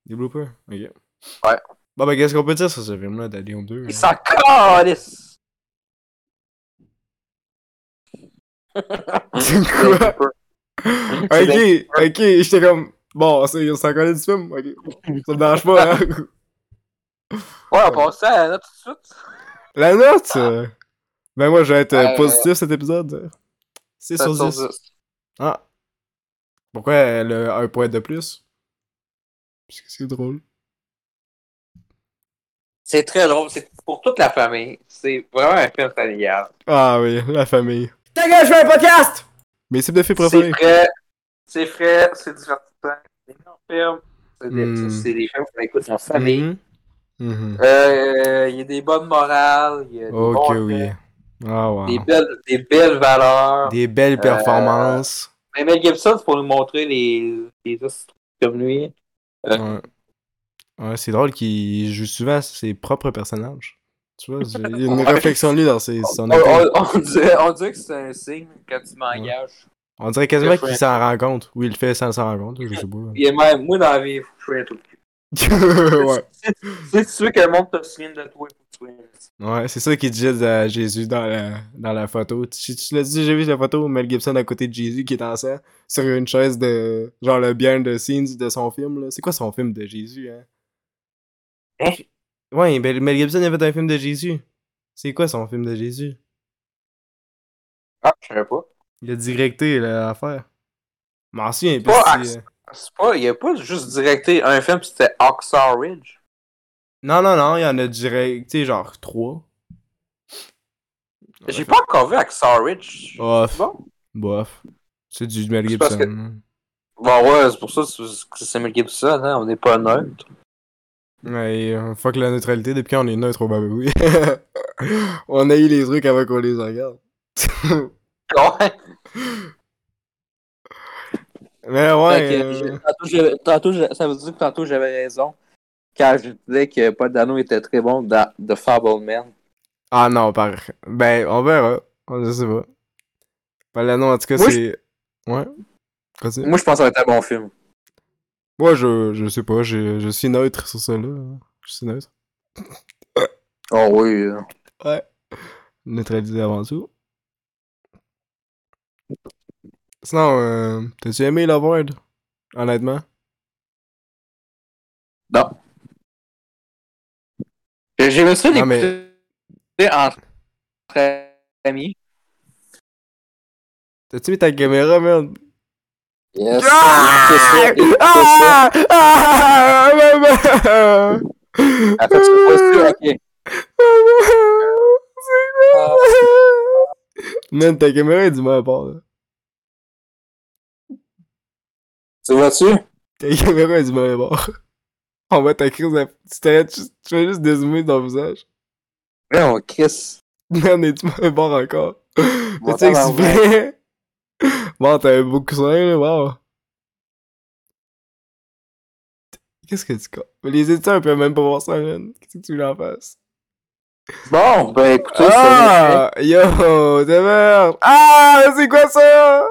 Speaker 2: Des bloopers? Ok.
Speaker 3: Ouais.
Speaker 2: Bon, ben, qu'est-ce qu'on peut dire sur ce film-là, Daddy Home 2?
Speaker 3: Ils s'en calissent!
Speaker 2: [laughs] C'est
Speaker 3: Des
Speaker 2: quoi? [laughs]
Speaker 3: bloopers. C'est des-
Speaker 2: Ok, ok, j'étais comme. Bon, c'est- on s'en connaît du film, ok.
Speaker 3: [laughs]
Speaker 2: Ça me dérange pas, hein.
Speaker 3: Ouais, on passe ça à la note tout de suite.
Speaker 2: La note! euh, Ben, moi, je vais être euh,
Speaker 3: Ah. Euh,
Speaker 2: positif cet épisode. 6
Speaker 3: Ça,
Speaker 2: sur
Speaker 3: sur
Speaker 2: 10.
Speaker 3: dix.
Speaker 2: Ah! Pourquoi euh, le un point de plus? Parce que c'est drôle.
Speaker 3: C'est très drôle. C'est pour toute la famille. C'est vraiment un film familial.
Speaker 2: Ah oui, la famille. Ta gueule, je fais un podcast! Mes types de filles
Speaker 3: C'est
Speaker 2: préférées.
Speaker 3: frais. C'est frais. C'est divertissant. C'est un film. C'est des,
Speaker 2: Hmm.
Speaker 3: c'est- c'est des films qu'on écoute en famille.
Speaker 2: Mhm. Mhm.
Speaker 3: Euh, Il y a des bonnes morales. Il y a des
Speaker 2: Ok,
Speaker 3: bons
Speaker 2: oui.
Speaker 3: films,
Speaker 2: Ah, wow.
Speaker 3: euh, des, belles, des belles valeurs.
Speaker 2: Des belles
Speaker 3: Euh,
Speaker 2: performances.
Speaker 3: Mais Mel Gibson, c'est pour nous montrer les, les histoires comme lui. euh,
Speaker 2: Ouais. Ouais, c'est drôle qu'il joue souvent ses propres personnages. Tu vois,
Speaker 3: [laughs]
Speaker 2: c'est- il y a une
Speaker 3: Ouais. Oh,
Speaker 2: réflexion de lui dans ses,
Speaker 3: On,
Speaker 2: son acting.
Speaker 3: on- on dirait, on dirait que c'est un signe quand tu m'engages.
Speaker 2: On dirait quasiment
Speaker 3: Très
Speaker 2: qu'il s'en rend compte. Ou il le fait sans s'en rendre compte, je sais
Speaker 3: [laughs]
Speaker 2: pas.
Speaker 3: Et même, moi, dans la vie, faut que je sois un truc.
Speaker 2: ouais,
Speaker 3: Si tu veux que le monde te signe de toi, faut que tu sois un truc.
Speaker 2: ouais c'est ça qu'ils disent à Jésus dans la, dans la photo. Tu, tu l'as dit, j'ai vu la photo où Mel Gibson à côté de Jésus qui est en sang sur une chaise de. genre le behind the scenes de son film. là. C'est quoi son film de Jésus, hein?
Speaker 3: Hein?
Speaker 2: Ouais, Mel Mel Gibson a fait un film de Jésus. C'est quoi son film de Jésus?
Speaker 3: Ah, je savais pas.
Speaker 2: Il a directé l'affaire. Je m'en souviens plus.
Speaker 3: Pas
Speaker 2: si,
Speaker 3: Axe.
Speaker 2: euh,
Speaker 3: C'est pas, il a pas juste directé un film, pis c'était Oxar Ridge.
Speaker 2: Non, non, non, il y en a directé genre trois.
Speaker 3: J'ai pas encore vu Oxar Ridge.
Speaker 2: Bof.
Speaker 3: C'est bon?
Speaker 2: Bof. C'est du Mel
Speaker 3: C'est parce
Speaker 2: Gibson. hein.
Speaker 3: que- Bon, ouais, c'est pour ça que c'est- c'est Mel Gibson, hein, on n'est pas neutre.
Speaker 2: Ouais, euh, fuck la neutralité, depuis qu'on est neutre au Bababoui. [laughs] on a eu les trucs avant qu'on les regarde. [laughs]
Speaker 3: Ouais.
Speaker 2: Mais
Speaker 3: Fait
Speaker 2: ouais.
Speaker 3: que,
Speaker 2: euh,
Speaker 3: j'ai- tantôt, j'ai- tantôt, j'ai- ça veut dire que tantôt j'avais raison quand je disais que Paul Dano était très bon dans The Fableman.
Speaker 2: Ah non, par. Ben, on verra. On je sais pas. Ben là, non, en tout cas,
Speaker 3: Moi,
Speaker 2: c'est. Ouais. Continue.
Speaker 3: Moi, je pense que ça va être un bon film.
Speaker 2: Moi, je, je sais pas, je, je suis neutre sur cela. hein. Je suis neutre.
Speaker 3: Oh oui. euh.
Speaker 2: Neutralisé avant tout. Sinon, euh, t'as-tu aimé la Void? Honnêtement?
Speaker 3: Non. J'ai- J'aimais ça
Speaker 2: Non,
Speaker 3: l'écouter entre entre amis.
Speaker 2: T'as-tu mis ta caméra, merde?
Speaker 3: Yes.
Speaker 2: Ah!
Speaker 3: Écoutez ça, écoutez ça.
Speaker 2: Ah! Ah! Maman! Maman!
Speaker 3: Ah, fait que c'est pas ça, ok.
Speaker 2: C'est
Speaker 3: Ah,
Speaker 2: quoi? Man, ta caméra est du moins à part, là.
Speaker 3: Tu vois-tu?
Speaker 2: Ta caméra est du mauvais bord. On va ta crise à... Tu t'arrêtes juste... Tu fais juste dézoomer ton visage.
Speaker 3: Non, Chris.
Speaker 2: [laughs] Man, est du mauvais bord encore.
Speaker 3: Bon,
Speaker 2: C'est exprès. Bon, t'as un beau coussin, là, wow. Qu'est-ce que tu crois? Mais les étudiants, ils peuvent même pas voir ça, man. Qu'est-ce que tu veux en fasses?
Speaker 3: Bon, ben écoutez, ça
Speaker 2: Ah! Yo! T'es merde! Ah! C'est quoi ça?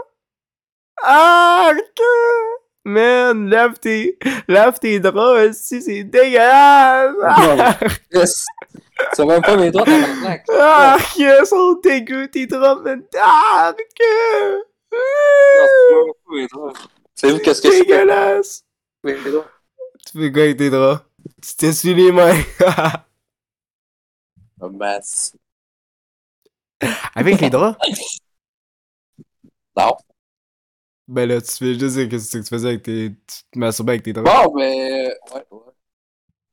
Speaker 2: Ah! que- Man, lave tes... Lave tes draps, si c'est dégueulasse! Ah!
Speaker 3: Yes. Ça va même pas mes droits dans ma plaque.
Speaker 2: Ah, que sont dégueux tes draps, man! Ah, que...
Speaker 3: C'est vous qu'est-ce que je fais?
Speaker 2: dégueulasse!
Speaker 3: avec mes droits?
Speaker 2: Tu fais quoi avec tes draps? Tu t'essuies les mains! [laughs]
Speaker 3: Ah, ben, c'est-
Speaker 2: Avec les draps?
Speaker 3: Non.
Speaker 2: Ben là, tu fais juste dire que c'est ce que tu faisais avec tes. Tu te masturbais avec tes draps.
Speaker 3: Bon, ben. Ouais, ouais.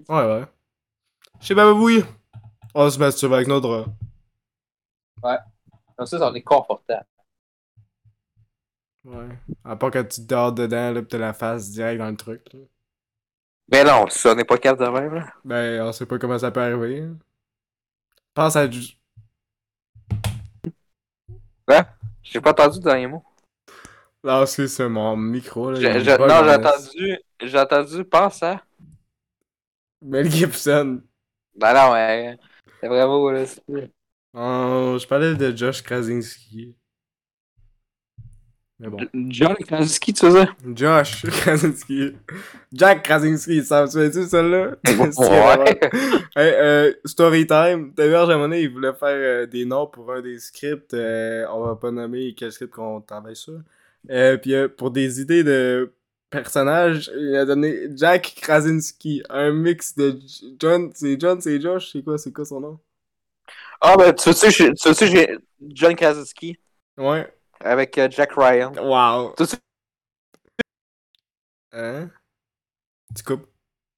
Speaker 2: Ouais, ouais. Je sais pas, oui. On se masturbe avec nos draps.
Speaker 3: Comme ça, ça en est confortable.
Speaker 2: Ouais. À part quand tu dors dedans, là, pis t'as la face direct dans le truc, là.
Speaker 3: Mais non, ça, on n'est pas capable de même, là.
Speaker 2: Ben, on sait pas comment ça peut arriver. hein. Pense à. du-
Speaker 3: J'ai pas entendu le dernier mot.
Speaker 2: Là, Ah, c'est ça, mon micro. Là, il y a
Speaker 3: Je-
Speaker 2: une
Speaker 3: je-
Speaker 2: bug
Speaker 3: non,
Speaker 2: dans
Speaker 3: j'ai
Speaker 2: le-
Speaker 3: entendu, j'ai entendu, pense hein. à.
Speaker 2: Mel Gibson.
Speaker 3: Ben non, mais c'est vraiment là. c'est-
Speaker 2: Oh, je parlais de Josh Krasinski. Mais bon.
Speaker 3: John Krasinski, tu faisais?
Speaker 2: Josh Krasinski. Jack Krasinski, ça me souviens-tu celle-là? [laughs] C'est vraiment-
Speaker 3: Ouais.
Speaker 2: Hey, euh, story time. D'ailleurs, à un moment donné, il voulait faire euh, des noms pour un des scripts. euh, on va pas nommer quel script qu'on travaille sur. Euh, Puis euh, pour des idées de personnages, il a donné Jack Krasinski. Un mix de J- John, c'est John, c'est Josh, c'est quoi, c'est quoi son nom?
Speaker 3: Ah, ben tu veux-tu, j'ai- tu veux-tu, j'ai John Krasinski
Speaker 2: Ouais.
Speaker 3: avec euh, Jack Ryan.
Speaker 2: Wow.
Speaker 3: Tu veux-tu,
Speaker 2: Hein? Tu coupes.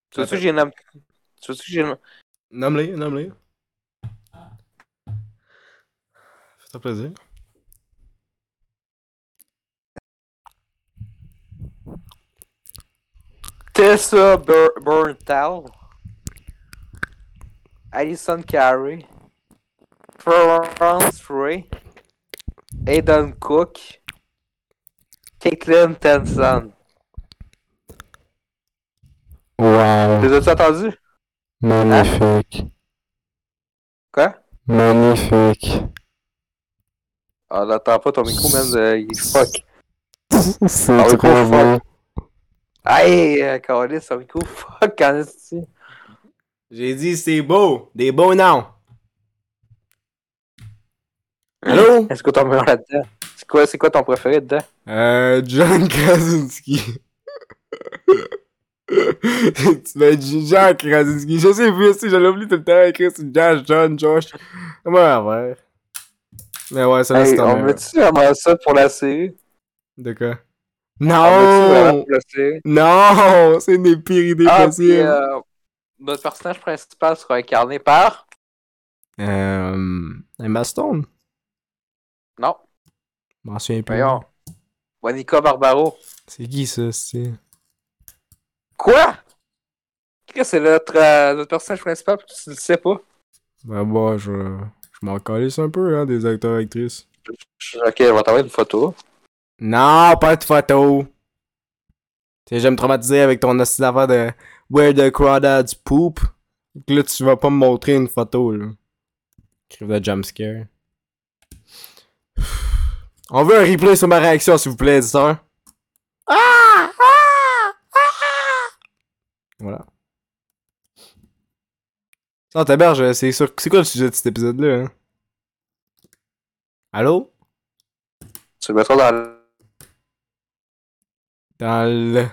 Speaker 3: tu veux-tu, j'ai nommé. Tu veux-tu, j'ai nommé.
Speaker 2: Nomme-les, nomme-les. Fais-toi plaisir.
Speaker 3: Tessa Bur- Burntal. Alison Carey. Florence Frey. Aidan Cook. Caitlin Tenson.
Speaker 4: Wow,
Speaker 3: Les as-tu entendus?
Speaker 4: magnifique,
Speaker 3: Quoi?
Speaker 4: magnifique.
Speaker 3: Ah, n'entends pas ton micro, man. euh, il est fuck.
Speaker 4: C'est
Speaker 3: Ah oui,
Speaker 4: trop beau.
Speaker 3: Aïe, euh, câlisse, ton micro, fuck, quand est-ce que
Speaker 2: J'ai dit c'est beau, des beaux noms. Allô?
Speaker 3: c'est quoi ton meilleur là-dedans? C'est quoi, c'est quoi ton préféré dedans?
Speaker 2: Euh, John [laughs] Krasinski. tu m'as dit John Krasinski. Je sais plus aussi, je l'oublie tout le temps. Chris, Josh, John, Josh. Comment ouais. Mais ouais, ça là c'est
Speaker 3: Hey,
Speaker 2: ton
Speaker 3: on
Speaker 2: meilleur.
Speaker 3: veut-tu vraiment ça pour la série?
Speaker 2: De quoi?
Speaker 3: Ah, On veut-tu vraiment
Speaker 2: Non!
Speaker 3: pour la série?
Speaker 2: Non! C'est une des pires idées
Speaker 3: Ah, puis,
Speaker 2: possibles.
Speaker 3: euh, notre personnage principal sera incarné par.
Speaker 2: Euh... Emma Stone?
Speaker 3: Non,
Speaker 2: Je m'en souviens plus.
Speaker 3: voyons. Monica Barbaro.
Speaker 2: C'est qui ça, c'est?
Speaker 3: Quoi? Chris, C'est notre, euh, notre personnage principal, puis tu le sais pas.
Speaker 2: Ben bon, je, je m'en calisse un peu, hein, des acteurs et actrices.
Speaker 3: Ok, on va t'envoyer une photo.
Speaker 2: Non, pas de photo! Tu sais, j'aime traumatiser avec ton hostie d'affaire de Where the Crawdads Poop. Donc Là, tu vas pas me montrer une photo, là. Crive de jumpscare. On veut un replay sur ma réaction, s'il vous plaît, éditeur. Ah! Ah! Ah! Voilà. Non, ta berge, c'est sûr. C'est quoi le sujet de cet épisode-là, hein? Allô?
Speaker 3: Tu le mettras dans le.
Speaker 2: Dans le...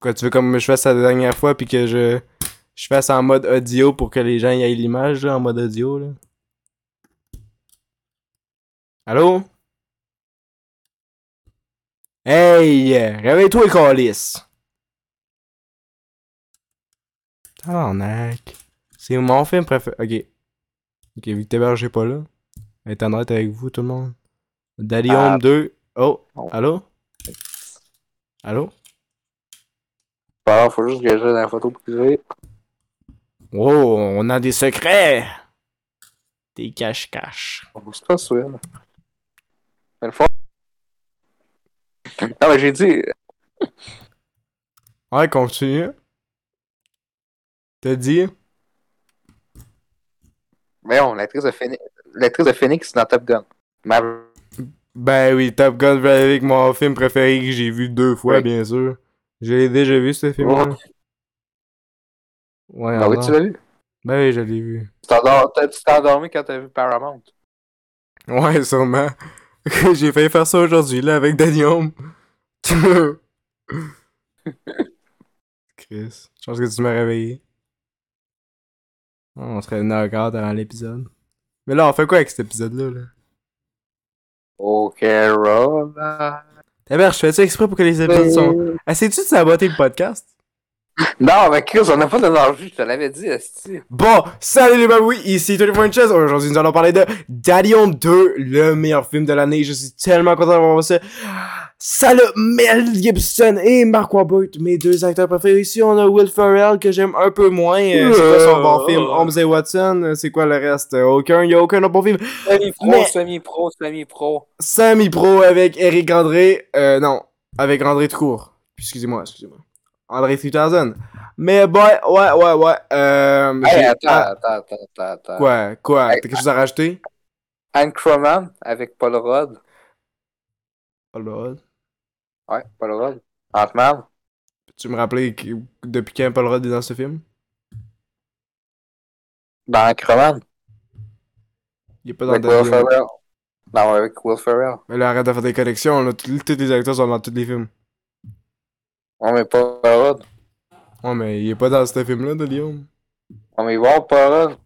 Speaker 2: Quoi, tu veux comme je fasse la dernière fois, puis que je... Je fasse en mode audio pour que les gens y aient l'image, là, en mode audio, là? Allô? Hey! Réveille-toi, Calis! Tabarnak! C'est mon film préféré. Ok. Ok, vu que Théberge est pas là, Internet avec vous, tout le monde. Daddy
Speaker 3: Ah.
Speaker 2: Home 2. Oh!
Speaker 3: Oh.
Speaker 2: Allô? Allô?
Speaker 3: Bon, faut juste que j'aille dans la photo privée.
Speaker 2: Oh, on a des secrets! Des cache-cache.
Speaker 3: On se hein. passe, ouais. Mais le fond. Non, mais j'ai dit.
Speaker 2: Ouais, continue. T'as dit?
Speaker 3: Mais on, l'actrice de Phoenix. L'actrice de Phoenix dans Top Gun. Ma...
Speaker 2: Ben oui, Top Gun Maverick, mon film préféré que j'ai vu deux fois,
Speaker 3: Oui.
Speaker 2: bien sûr. Je l'ai déjà vu, ce film-là.
Speaker 3: Ouais.
Speaker 2: Ouais,
Speaker 3: Ah oui,
Speaker 2: alors.
Speaker 3: tu l'as vu?
Speaker 2: Ben oui, je l'ai vu.
Speaker 3: Tu t'endors- t'as- tu t'es endormi quand t'as vu Paramount.
Speaker 2: Ouais, sûrement. [laughs] j'ai failli faire ça aujourd'hui, là, avec Danny Home. [laughs] Chris, je pense que tu m'as réveillé. Oh, On serait venu encore dans l'épisode. Mais là, on fait quoi avec cet épisode-là, là?
Speaker 3: Oh, Caroline.
Speaker 2: Taber, Eh ben, je fais ça exprès pour que les
Speaker 3: Ben,
Speaker 2: épisodes sont... Essayes-tu de saboter le podcast?
Speaker 3: Non, mais Chris, on n'a pas d'énergie, je te l'avais dit, Esti.
Speaker 2: Bon, salut les babouis, ici Tony Sanchez. Aujourd'hui, nous allons parler de Daddy Home 2, le meilleur film de l'année. Je suis tellement content d'avoir ça. Salut Mel Gibson et Mark Wahlberg, mes deux acteurs préférés. Ici, on a Will Ferrell que j'aime un peu moins. Euh, c'est quoi son bon film? Holmes et Watson, euh, c'est quoi le reste? Euh, Aucun, il y a aucun autre bon film.
Speaker 3: Semi-pro,
Speaker 2: Mais-
Speaker 3: semi-pro, semi-pro.
Speaker 2: Sammy Pro avec Eric André. Euh, non, avec André Trucourt. Excusez-moi, excusez-moi. André 3000. Mais boy, ouais, ouais, ouais. Euh,
Speaker 3: Hey,
Speaker 2: j'ai-
Speaker 3: attends,
Speaker 2: ah,
Speaker 3: attends, attends, attends, attends.
Speaker 2: quoi, quoi?
Speaker 3: Hey,
Speaker 2: T'as quelque chose à rajouter?
Speaker 3: Anne Croman avec Paul Rudd.
Speaker 2: Oh lord.
Speaker 3: Ouais, Paul Rudd. Ant-Man.
Speaker 2: Peux-tu me rappeler qui- depuis quand Paul Rudd est dans ce film?
Speaker 3: Dans Anne Croman.
Speaker 2: Il est pas dans
Speaker 3: Avec
Speaker 2: le
Speaker 3: Will
Speaker 2: film.
Speaker 3: Ferrell. Non, avec Will Ferrell.
Speaker 2: Mais là, arrête de faire des connexions. Là. Tous tous les acteurs sont dans tous les films.
Speaker 3: On met Paul Rudd.
Speaker 2: Ouais, mais il est pas dans ce film-là de Guillaume.
Speaker 3: On met voir Paul Rudd.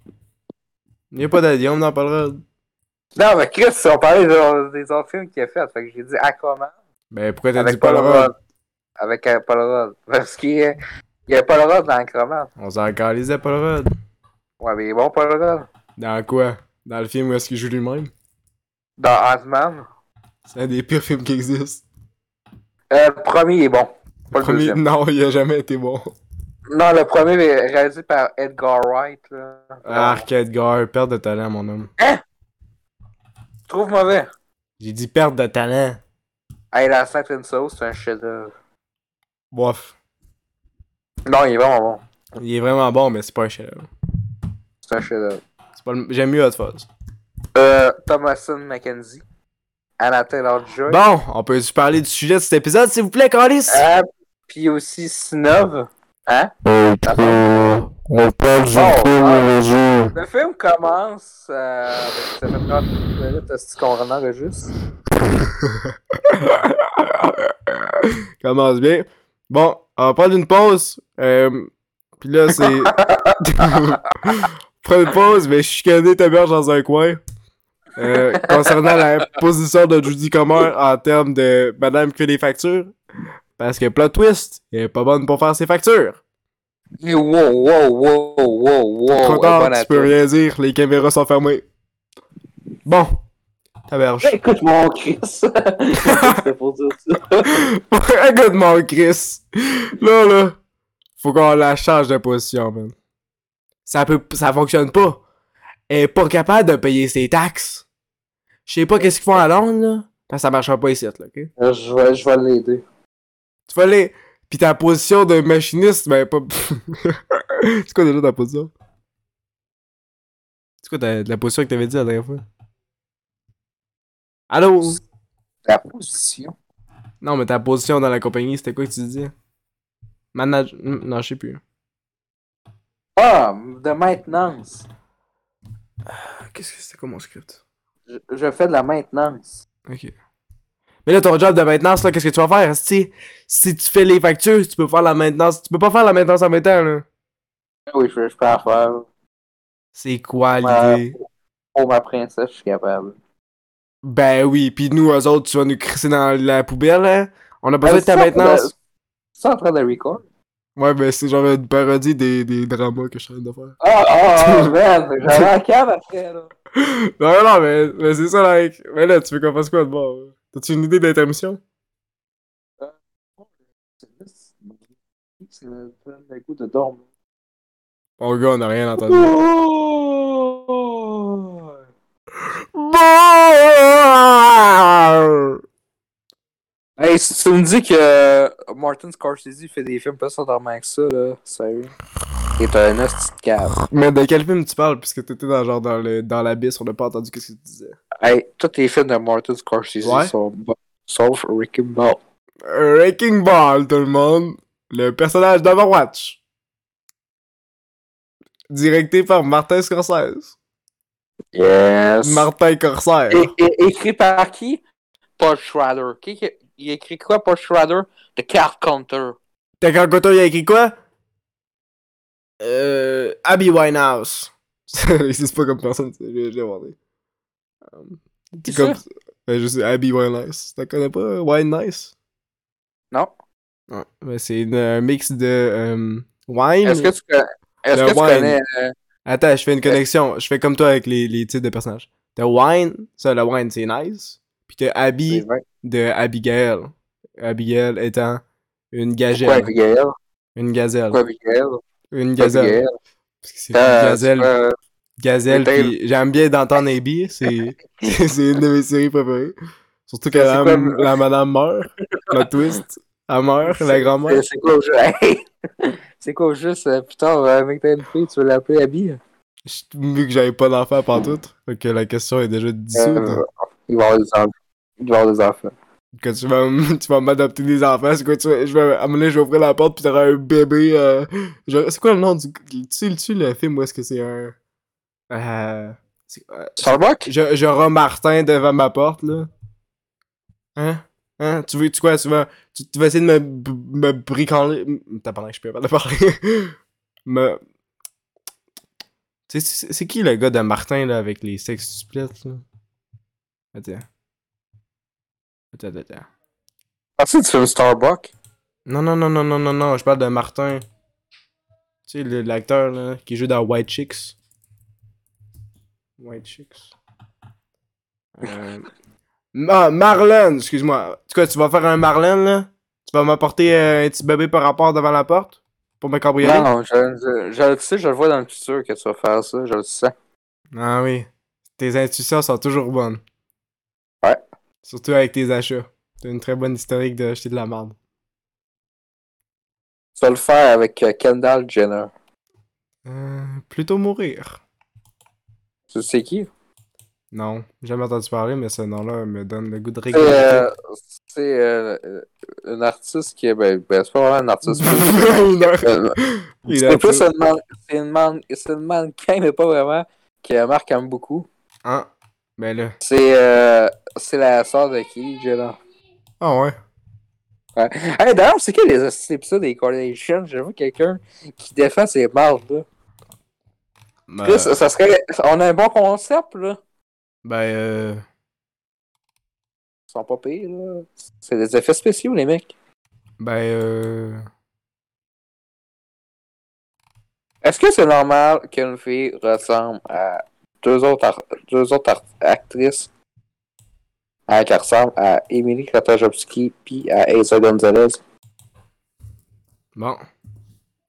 Speaker 2: Il est pas dans Guillaume dans Paul Rudd.
Speaker 3: Non, mais Chris, on parlait de- des autres films qu'il a fait. Fait que j'ai dit Aquaman.
Speaker 2: Mais Ben, pourquoi t'as dit
Speaker 3: Avec
Speaker 2: Paul Rudd?
Speaker 3: Avec euh, Paul Rudd. Parce qu'il y a- il y a Paul Rudd dans Acroman.
Speaker 2: On s'en calise à Paul Rudd.
Speaker 3: Ouais, mais il est bon, Paul Rudd.
Speaker 2: Dans quoi? Dans le film où est-ce qu'il joue lui-même?
Speaker 3: Dans Ant-Man.
Speaker 2: C'est un des pires films qui existent.
Speaker 3: Euh, le premier il est bon. Pas le
Speaker 2: Premier-
Speaker 3: deuxième.
Speaker 2: Non, il a jamais été bon.
Speaker 3: Non, le premier est réalisé par Edgar Wright. Là.
Speaker 2: Arc Edgar, perte de talent, mon homme.
Speaker 3: Je trouve mauvais.
Speaker 2: J'ai dit perte de talent.
Speaker 3: Hey, la Saint and Sauce, c'est un chef-d'œuvre.
Speaker 2: Bof.
Speaker 3: Non, il est vraiment bon.
Speaker 2: Il est vraiment bon, mais c'est pas un chef-d'œuvre.
Speaker 3: C'est un chef-d'œuvre.
Speaker 2: C'est pas le- J'aime mieux Hot Fuzz.
Speaker 3: Euh, Thomason McKenzie. Anna Taylor-Joy.
Speaker 2: Bon, on peut-tu parler du sujet de cet épisode, s'il vous plaît, Carlis?
Speaker 3: Ah, puis aussi Sinov. Hein?
Speaker 4: Ok, on parle du
Speaker 3: Bon,
Speaker 4: film
Speaker 3: hein.
Speaker 4: aujourd'hui.
Speaker 3: Le film commence. Euh, avec- ça fait 30 minutes, est-ce qu'on enregistre?
Speaker 2: Commence bien. Bon, on va prendre une pause. Euh, Puis là,
Speaker 3: [laughs]
Speaker 2: c'est. [laughs] Prends une pause, mais je suis chicané ta berge dans un coin. Euh, concernant la position de Judy Comer en termes de Madame qui fait des factures. Parce que plot twist, elle est pas bonne pour faire ses factures.
Speaker 3: Wow, wow, wow, wow, wow.
Speaker 2: Trop
Speaker 3: Oh, ouais,
Speaker 2: tard,
Speaker 3: bonne
Speaker 2: tu peux
Speaker 3: attaque.
Speaker 2: rien dire, les caméras sont fermées. Bon, ta berge.
Speaker 3: Écoute mon Chris. [laughs] C'était pour dire ça.
Speaker 2: Écoute mon Chris. Là, là. Faut qu'on la change de position, man. Ça peut. ça fonctionne pas. Elle est pas capable de payer ses taxes. Je sais pas qu'est-ce qu'ils font à Londres, là. Parce que ça marchera pas ici, là, ok? Tu
Speaker 3: Euh, Je vais, je vais l'aider.
Speaker 2: vas les. Pis ta position de machiniste, ben pas. [laughs] C'est quoi déjà ta position? C'est quoi ta- la position que t'avais dit la dernière fois? Allô?
Speaker 3: La position.
Speaker 2: Non, mais ta position dans la compagnie, c'était quoi que tu disais? Manage... hmm, Non, je sais plus.
Speaker 3: Ah, de maintenance.
Speaker 2: Qu'est-ce que c'était comme mon script?
Speaker 3: Je, je fais de la maintenance.
Speaker 2: Ok. Mais là, ton job de maintenance, là, qu'est-ce que tu vas faire? esti? si tu fais les factures, tu peux faire la maintenance. Tu peux pas faire la maintenance en même temps, là.
Speaker 3: Ah Oui, je, je peux en faire.
Speaker 2: C'est quoi
Speaker 3: Ouais.
Speaker 2: l'idée?
Speaker 3: Pour ma princesse, je suis capable.
Speaker 2: Ben oui, pis nous, eux autres, tu vas nous crisser dans la poubelle, hein? On a besoin
Speaker 3: Euh,
Speaker 2: de ta
Speaker 3: ça,
Speaker 2: maintenance.
Speaker 3: C'est en train de record.
Speaker 2: Ouais, ben c'est genre une parodie des, des dramas que je suis en train de faire. [gasps]
Speaker 3: Ah, ah, ah, man. [laughs] J'avais la cave après, là.
Speaker 2: Non, non, mais, mais c'est ça, like. Mais là, tu veux qu'on fasse quoi de bord? là? T'as-tu une idée d'intermission?
Speaker 3: C'est le le goût de dormir.
Speaker 2: Mon gars, on a rien entendu.
Speaker 3: [laughs] Oh!
Speaker 2: Bon!
Speaker 3: Hey, si tu me dis que euh, Martin Scorsese fait des films pas s'endormant que ça, là, sérieux. T'es un hostie de cave.
Speaker 2: Mais de quel film tu parles? Puisque t'étais dans, genre, dans, le, dans l'abysse, on n'a pas entendu qu'est-ce que tu disais.
Speaker 3: Hey, tous les films de Martin Scorsese
Speaker 2: Ouais.
Speaker 3: sont bons, sauf Ricky Ball.
Speaker 2: Wrecking Ball, tout le monde. Le personnage d'Overwatch. Directé par Martin Scorsese.
Speaker 3: Yes.
Speaker 2: Martin Corsair.
Speaker 3: Et, et- écrit par qui? Paul Schrader. Qui, qui- il écrit quoi, Paul Schrader? The Card Counter.
Speaker 2: T'as quand Goto, il a écrit quoi? Euh. Abby Winehouse. [laughs] il existe pas comme personne, je l'ai demandé. Um,
Speaker 3: Qui
Speaker 2: C'est comme. Ben, je sais, Abby Winehouse. T'en connais pas? Winehouse?
Speaker 3: Non.
Speaker 2: Ouais, ben, c'est une- un mix de. euh, wine.
Speaker 3: Est-ce que tu, con- est-ce
Speaker 2: Le
Speaker 3: que tu
Speaker 2: wine.
Speaker 3: connais... euh,
Speaker 2: Attends, je fais une connexion. Je fais comme toi avec les, les titres de
Speaker 3: euh,
Speaker 2: personnages. T'as Wine, ça, le Wine, c'est nice. Puis t'as Abby
Speaker 3: les vins?
Speaker 2: de Abigail. Abigail étant une
Speaker 3: Pourquoi
Speaker 2: gazelle.
Speaker 3: Abigail?
Speaker 2: Une gazelle.
Speaker 3: Pourquoi Abigail?
Speaker 2: Une
Speaker 3: Pourquoi
Speaker 2: gazelle.
Speaker 3: Abigail?
Speaker 2: Parce que c'est
Speaker 3: Euh,
Speaker 2: une gazelle.
Speaker 3: euh,
Speaker 2: Gazelle,
Speaker 3: Putain.
Speaker 2: puis j'aime bien d'entendre Abby,
Speaker 3: [laughs]
Speaker 2: c'est [laughs] c'est une de mes séries préférées. Surtout que
Speaker 3: C'est
Speaker 2: la,
Speaker 3: comme-
Speaker 2: la madame meurt, le twist, elle meurt, la grand-mère.
Speaker 3: C'est c'est quoi au jeu? [laughs] Hey! C'est quoi au jeu? ça? Putain, euh, mec, t'as une fille, tu veux l'appeler Abby?
Speaker 2: Je- Vu que j'avais pas d'enfant pantoute, fait que la question est déjà dissoute.
Speaker 3: Euh, il va avoir des enfants. Il va avoir des enfants.
Speaker 2: Que tu vas, m- [laughs] tu vas m'adopter des enfants, c'est quoi, tu vas, je vais, à un moment donné, je vais ouvrir la porte pis t'auras un bébé, euh, genre- c'est quoi le nom du, tu sais, tu sais le film où est-ce que c'est un, euh, c'est- euh,
Speaker 3: Starbuck?
Speaker 2: Je- J'aurai Martin devant ma porte, là. Hein? Hein? Tu veux, tu quoi, tu vas, tu, tu vas essayer de me, b- me bricoler. m- T'as pendant que je peux pas de parler. [laughs] me. Tu sais, c'est c'est qui le gars de Martin, là, avec les sexes splits, là? Attends. Attends, attends.
Speaker 3: Penses-tu que tu fais Starbuck?
Speaker 2: Non, non, non, non, non, non, non, je parle de Martin. Tu sais, le- l'acteur, là, qui joue dans White Chicks. White Chicks. Euh... [laughs] Ah, Marlon, excuse-moi. Tu quoi, tu vas faire un Marlon, là? Tu vas m'apporter euh, un petit bébé par rapport devant la porte? Pour me cambrioler?
Speaker 3: Non, non, je, je, je le sais, je le vois dans le futur que tu vas faire ça, je le sens.
Speaker 2: Ah oui. Tes intuitions sont toujours bonnes.
Speaker 3: Ouais.
Speaker 2: Surtout avec tes achats. T'as une très bonne historique de acheter de la merde.
Speaker 3: Tu vas le faire avec euh, Kendall Jenner.
Speaker 2: Euh, plutôt mourir.
Speaker 3: Tu sais qui?
Speaker 2: Non, j'ai jamais entendu parler, mais ce nom-là me donne le goût de
Speaker 3: C'est
Speaker 2: rigoler.
Speaker 3: euh, c'est, euh, une artiste qui est. Ben, ben, c'est pas vraiment une artiste.
Speaker 2: Une [laughs] heure.
Speaker 3: Euh,
Speaker 2: [laughs] Il a
Speaker 3: C'est plus
Speaker 2: tout.
Speaker 3: une, man... c'est une, man... c'est une mannequin, mais pas vraiment, que Marc aime beaucoup.
Speaker 2: Hein? Ben là.
Speaker 3: C'est euh... c'est la sœur de Kylie Jenner.
Speaker 2: Ah ouais.
Speaker 3: Hey, d'ailleurs, c'est quoi les hosties épisodes des Kardashians? J'ai vu quelqu'un qui défend ces marques là.
Speaker 2: Ben,
Speaker 3: Là, ça, ça serait... On a un bon concept, là.
Speaker 2: ben, euh,
Speaker 3: Ils sont pas pires, là. C'est des effets spéciaux, les mecs.
Speaker 2: ben euh,
Speaker 3: Est-ce que c'est normal qu'une fille ressemble à deux autres, ar- deux autres ar- actrices hein, qui ressemblent à Emily Ratajkowski puis à Asa Gonzalez?
Speaker 2: bon.
Speaker 3: À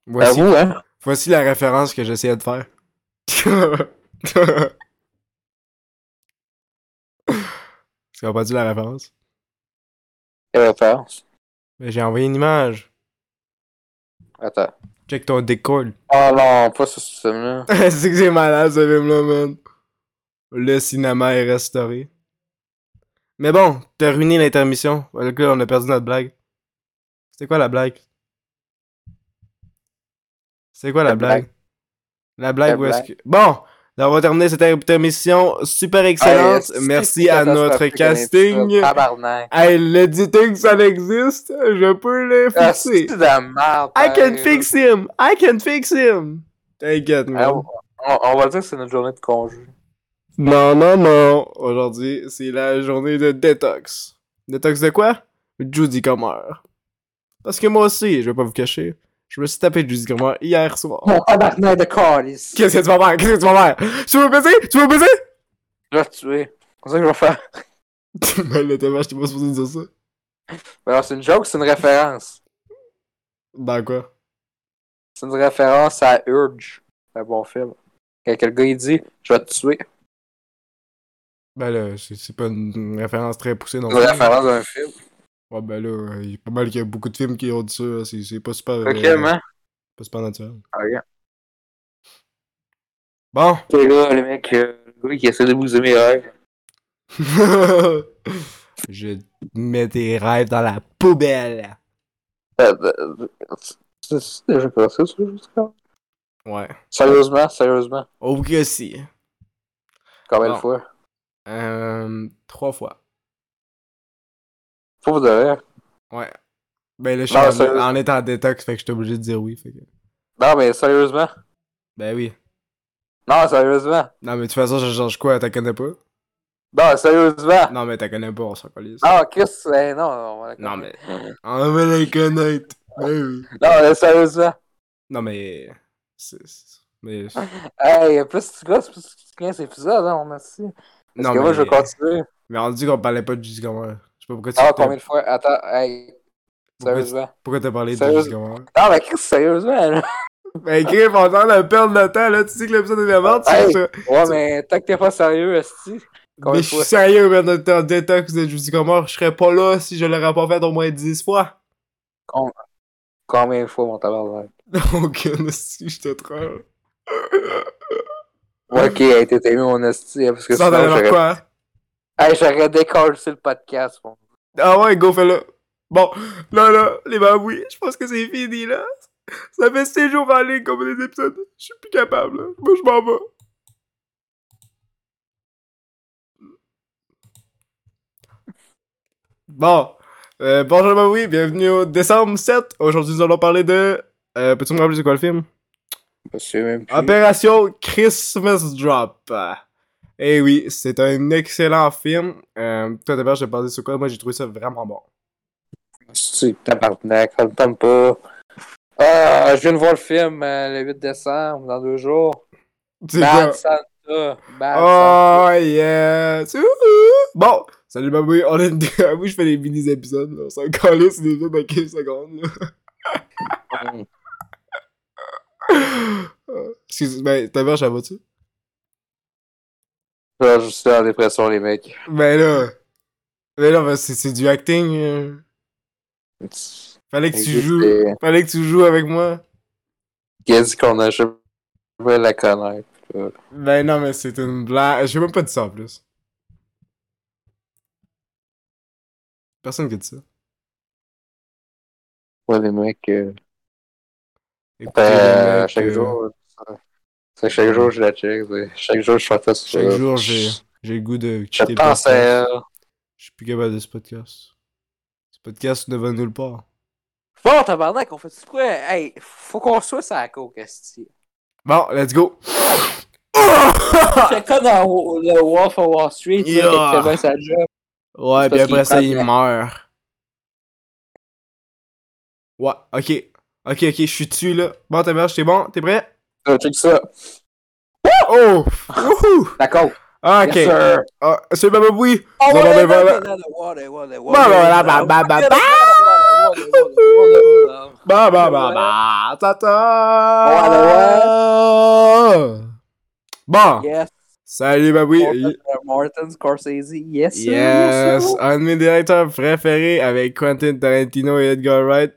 Speaker 2: Voici,
Speaker 3: vous, hein?
Speaker 2: voici la référence que j'essayais de faire. [laughs] tu as pas dit la référence?
Speaker 3: Quelle référence?
Speaker 2: Ben, j'ai envoyé une image.
Speaker 3: Attends.
Speaker 2: Check ton décolle.
Speaker 3: Oh non, pas ce système-là.
Speaker 2: [laughs] c'est que c'est malade ce film-là, man. Le cinéma est restauré. Mais bon, t'as ruiné l'intermission. Voilà que Là, on a perdu notre blague. C'était quoi la blague? C'est quoi la,
Speaker 3: La
Speaker 2: blague?
Speaker 3: blague.
Speaker 2: La blague
Speaker 3: La
Speaker 2: où est-ce que... Bon! là, on va terminer cette intermission super excellente.
Speaker 3: Hey,
Speaker 2: Merci
Speaker 3: c'est
Speaker 2: à notre
Speaker 3: Ah, catastrophique, un
Speaker 2: casting.
Speaker 3: épisode. Tabarnak.
Speaker 2: Hey, l'editing, ça existe. Je peux le
Speaker 3: Ah,
Speaker 2: fixer.
Speaker 3: c'est de la merde.
Speaker 2: I can
Speaker 3: hein.
Speaker 2: fix him! I can fix him! T'inquiète, man.
Speaker 3: Hein, on, on- on va dire que c'est notre journée de congé.
Speaker 2: Non, non, non. Aujourd'hui, c'est la journée de détox. Détox de quoi? Judy Comer. Parce que moi aussi, je vais pas vous cacher, je me suis tapé Judy Comer hier soir.
Speaker 3: Mon tabarnak de calice.
Speaker 2: Qu'est-ce que tu vas faire? Qu'est-ce que tu vas faire? Tu veux me baiser? Tu veux me baiser? [laughs]
Speaker 3: Je vais te tuer. C'est ça que je vais faire.
Speaker 2: Mais le témoin, Ben je t'ai pas supposé dire ça.
Speaker 3: Ben Alors, c'est une joke, c'est une référence.
Speaker 2: Dans Ben quoi?
Speaker 3: C'est une référence à Urge, un bon film. Quand le gars il dit Je vais te tuer.
Speaker 2: Ben là, c'est c'est pas une référence très poussée non
Speaker 3: C'est une référence à un film.
Speaker 2: Ouais, ben là, euh, il y a pas mal qu'il y a beaucoup de films qui ont dit ça. là. C'est c'est pas super. euh,
Speaker 3: Tranquillement.
Speaker 2: pas super naturel.
Speaker 3: Ok.
Speaker 2: Bon! [laughs]
Speaker 3: C'est là, le mec, euh, le gars qui essaie de bouser mes rêves.
Speaker 2: Je mets tes rêves dans la poubelle.
Speaker 3: Euh, euh, C'est c'est déjà passé, ça, jusqu'à
Speaker 2: Ouais.
Speaker 3: Sérieusement, sérieusement.
Speaker 2: Au que si.
Speaker 3: Combien
Speaker 2: Bon.
Speaker 3: de fois
Speaker 2: Euh, trois fois.
Speaker 3: Faut vous dire.
Speaker 2: Ouais. Ben là, je suis
Speaker 3: Non,
Speaker 2: en-
Speaker 3: sérieux.
Speaker 2: en, étant en détox, fait que j'étais obligé de dire oui. fait que-
Speaker 3: Non, mais sérieusement.
Speaker 2: Ben oui.
Speaker 3: Non, sérieusement.
Speaker 2: Non, mais de toute façon, je change quoi? T'as connais pas?
Speaker 3: Non, sérieusement.
Speaker 2: Non, mais t'as connais pas, on s'en calisse.
Speaker 3: Ah, Chris, eh, non, on va la
Speaker 2: Non, mais.
Speaker 3: couper.
Speaker 2: On va les connaître. Ben oui.
Speaker 3: Non, mais sérieusement.
Speaker 2: Non, mais. c'est- c'est- Mais.
Speaker 3: [laughs] Hey, plus tu gosses, plus tu tiens cet épisode, hein, on merci. Parce
Speaker 2: Non,
Speaker 3: que
Speaker 2: mais.
Speaker 3: moi, je vais continuer.
Speaker 2: mais on dit qu'on parlait pas de Judy Comer. sais pas pourquoi tu.
Speaker 3: Ah,
Speaker 2: t'as-
Speaker 3: combien de fois? Attends, hey.
Speaker 2: Pourquoi tu-
Speaker 3: Sérieusement.
Speaker 2: Pourquoi t'as parlé de
Speaker 3: Sérieux?
Speaker 2: Juste comment?
Speaker 3: Non, mais Chris, sérieusement, là. [laughs]
Speaker 2: Ben, Griff, on est en train de perdre le temps, là. Tu sais que l'épisode est de la merde, tu sais
Speaker 3: Hey,
Speaker 2: ça.
Speaker 3: Ouais, mais tant que t'es pas sérieux, Esti. Combien
Speaker 2: Mais
Speaker 3: de
Speaker 2: je suis
Speaker 3: fois?
Speaker 2: sérieux, man, on était en détox de Juicy Comore. oh, Je serais pas là si je l'aurais pas fait au moins 10 fois. [laughs]
Speaker 3: Combien de fois, mon tabarnak?
Speaker 2: Donc, euh, si je te troll.
Speaker 3: Ok, hey, t'es aimé mon Esti, hein, parce que
Speaker 2: Ça, t'en
Speaker 3: sinon,
Speaker 2: avais
Speaker 3: j'aurais-
Speaker 2: quoi? hein?
Speaker 3: Hey, j'aurais décollé sur le podcast, mon.
Speaker 2: Ah ouais, go, fais-le. Bon, là, là, les babouilles, je pense que c'est fini, là. Ça fait 6 jours en ligne qu'on fait des épisodes. Je suis plus capable, là. Moi, je m'en vais. Bon, euh, bonjour babouilles, bienvenue au décembre 7. Aujourd'hui, nous allons parler de... euh, Peux-tu me rappeler c'est quoi le film?
Speaker 3: Monsieur, même plus.
Speaker 2: Opération Christmas Drop. Eh oui, c'est un excellent film. Euh, toi, d'abord, je t'ai parlé sur quoi? Moi, j'ai trouvé ça vraiment bon. [laughs]
Speaker 3: Esti, tabarnak, on le tombe pas. Ah, je viens de voir le film euh, le 8 décembre, dans deux jours.
Speaker 2: C'est quoi?
Speaker 3: Bad Santa. Bad Ah!
Speaker 2: Oh yeah! Tchou! Bon, salut Babouille, on est. [laughs] Ah oui, je fais des mini-épisodes, là. On s'en calisse des épisodes dans 15 secondes, là.
Speaker 3: Santa.
Speaker 2: Euh, Excuse, ben, ta mère, ça va-tu?
Speaker 3: Là, Ah, je suis en dépression, les mecs.
Speaker 2: Ben là. Ben là, ben, c'est, c'est du acting. euh. Fallait
Speaker 3: Ben,
Speaker 2: que tu joues.
Speaker 3: Qu'est-ce
Speaker 2: Fallait que tu joues avec moi.
Speaker 3: qu'on a Je vais la connaître.
Speaker 2: Ben non, mais c'est une blague. J'ai même pas dit ça en plus. Personne qui a dit ça.
Speaker 3: Ouais, les mecs. euh,
Speaker 2: Écoutez, les
Speaker 3: euh,
Speaker 2: mecs,
Speaker 3: chaque
Speaker 2: euh,
Speaker 3: jour. euh, c'est chaque jour, je la check. c'est- Chaque jour, euh, je fais ça.
Speaker 2: Chaque jour, j'ai, j'ai le goût de
Speaker 3: Je
Speaker 2: quitter le
Speaker 3: pense euh, à
Speaker 2: podcast.
Speaker 3: elle.
Speaker 2: Je suis plus capable de ce podcast. Ce podcast ne va nulle part.
Speaker 3: Bon, tabarnak, on fait-tu quoi? Hey, faut qu'on soit sur la coke, esti.
Speaker 2: Bon, let's go.
Speaker 3: C'est comme dans Wo- le Wolf of Wall Street,
Speaker 2: Yeah.
Speaker 3: yeah. qui fait bien sa job.
Speaker 2: Ouais, puis
Speaker 3: C'est parce qu'il
Speaker 2: après ça,
Speaker 3: prend
Speaker 2: il
Speaker 3: de la-
Speaker 2: meurt. Ouais, ok. Ok, ok, je suis dessus, là. Bon, t'es merde, t'es bon, t'es prêt?
Speaker 3: Euh, check ça.
Speaker 2: Oh! Wouhou!
Speaker 3: D'accord.
Speaker 2: Ah, ok.
Speaker 3: Yes, sir.
Speaker 2: Ah, c'est Baba Boui.
Speaker 3: Oh,
Speaker 2: Bon, ben, voilà. Bah, bah, bah, bah, bah, bah.
Speaker 3: bah,
Speaker 2: Bah, bah, bah, bah.
Speaker 3: bah
Speaker 2: Tata! Bon,
Speaker 3: Yes,
Speaker 2: salut Baboui.
Speaker 3: Martin Scorsese, yes, sir,
Speaker 2: Yes,
Speaker 3: yes, sir.
Speaker 2: un de mes directeurs préférés avec Quentin Tarantino et Edgar Wright.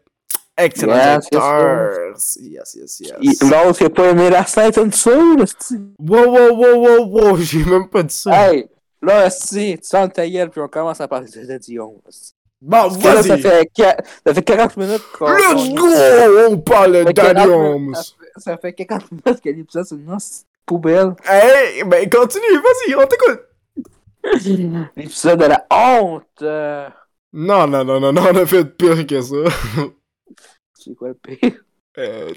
Speaker 2: Excellent
Speaker 3: Yes, yes,
Speaker 2: acteurs. Yes, yes, yes.
Speaker 3: Il- L'autre qui a pas aimé la scène, tout ça, là, c'ti.
Speaker 2: Wow, wow, wow, wow, wow, j'ai même pas dit ça.
Speaker 3: Hey, là, si, tu sens ta gueule, puis on commence à parler de Dion. c'ti.
Speaker 2: bon,
Speaker 3: Parce que là,
Speaker 2: Ah, vas-y.
Speaker 3: ça fait, qua- ça fait 40 minutes qu'on.
Speaker 2: Let's
Speaker 3: qu'on-
Speaker 2: go! On parle
Speaker 3: Ça fait
Speaker 2: d'Annie
Speaker 3: 40
Speaker 2: Holmes.
Speaker 3: minutes- Ça fait, ça fait 40 minutes que l'épisode, c'est une hostie de poubelle.
Speaker 2: Hey, ben continue, vas-y, on t'écoute.
Speaker 3: L'épisode de la honte. euh,
Speaker 2: Non, non, non, non, non, on a fait pire que ça.
Speaker 3: C'est quoi le pire? [laughs]
Speaker 2: Euh,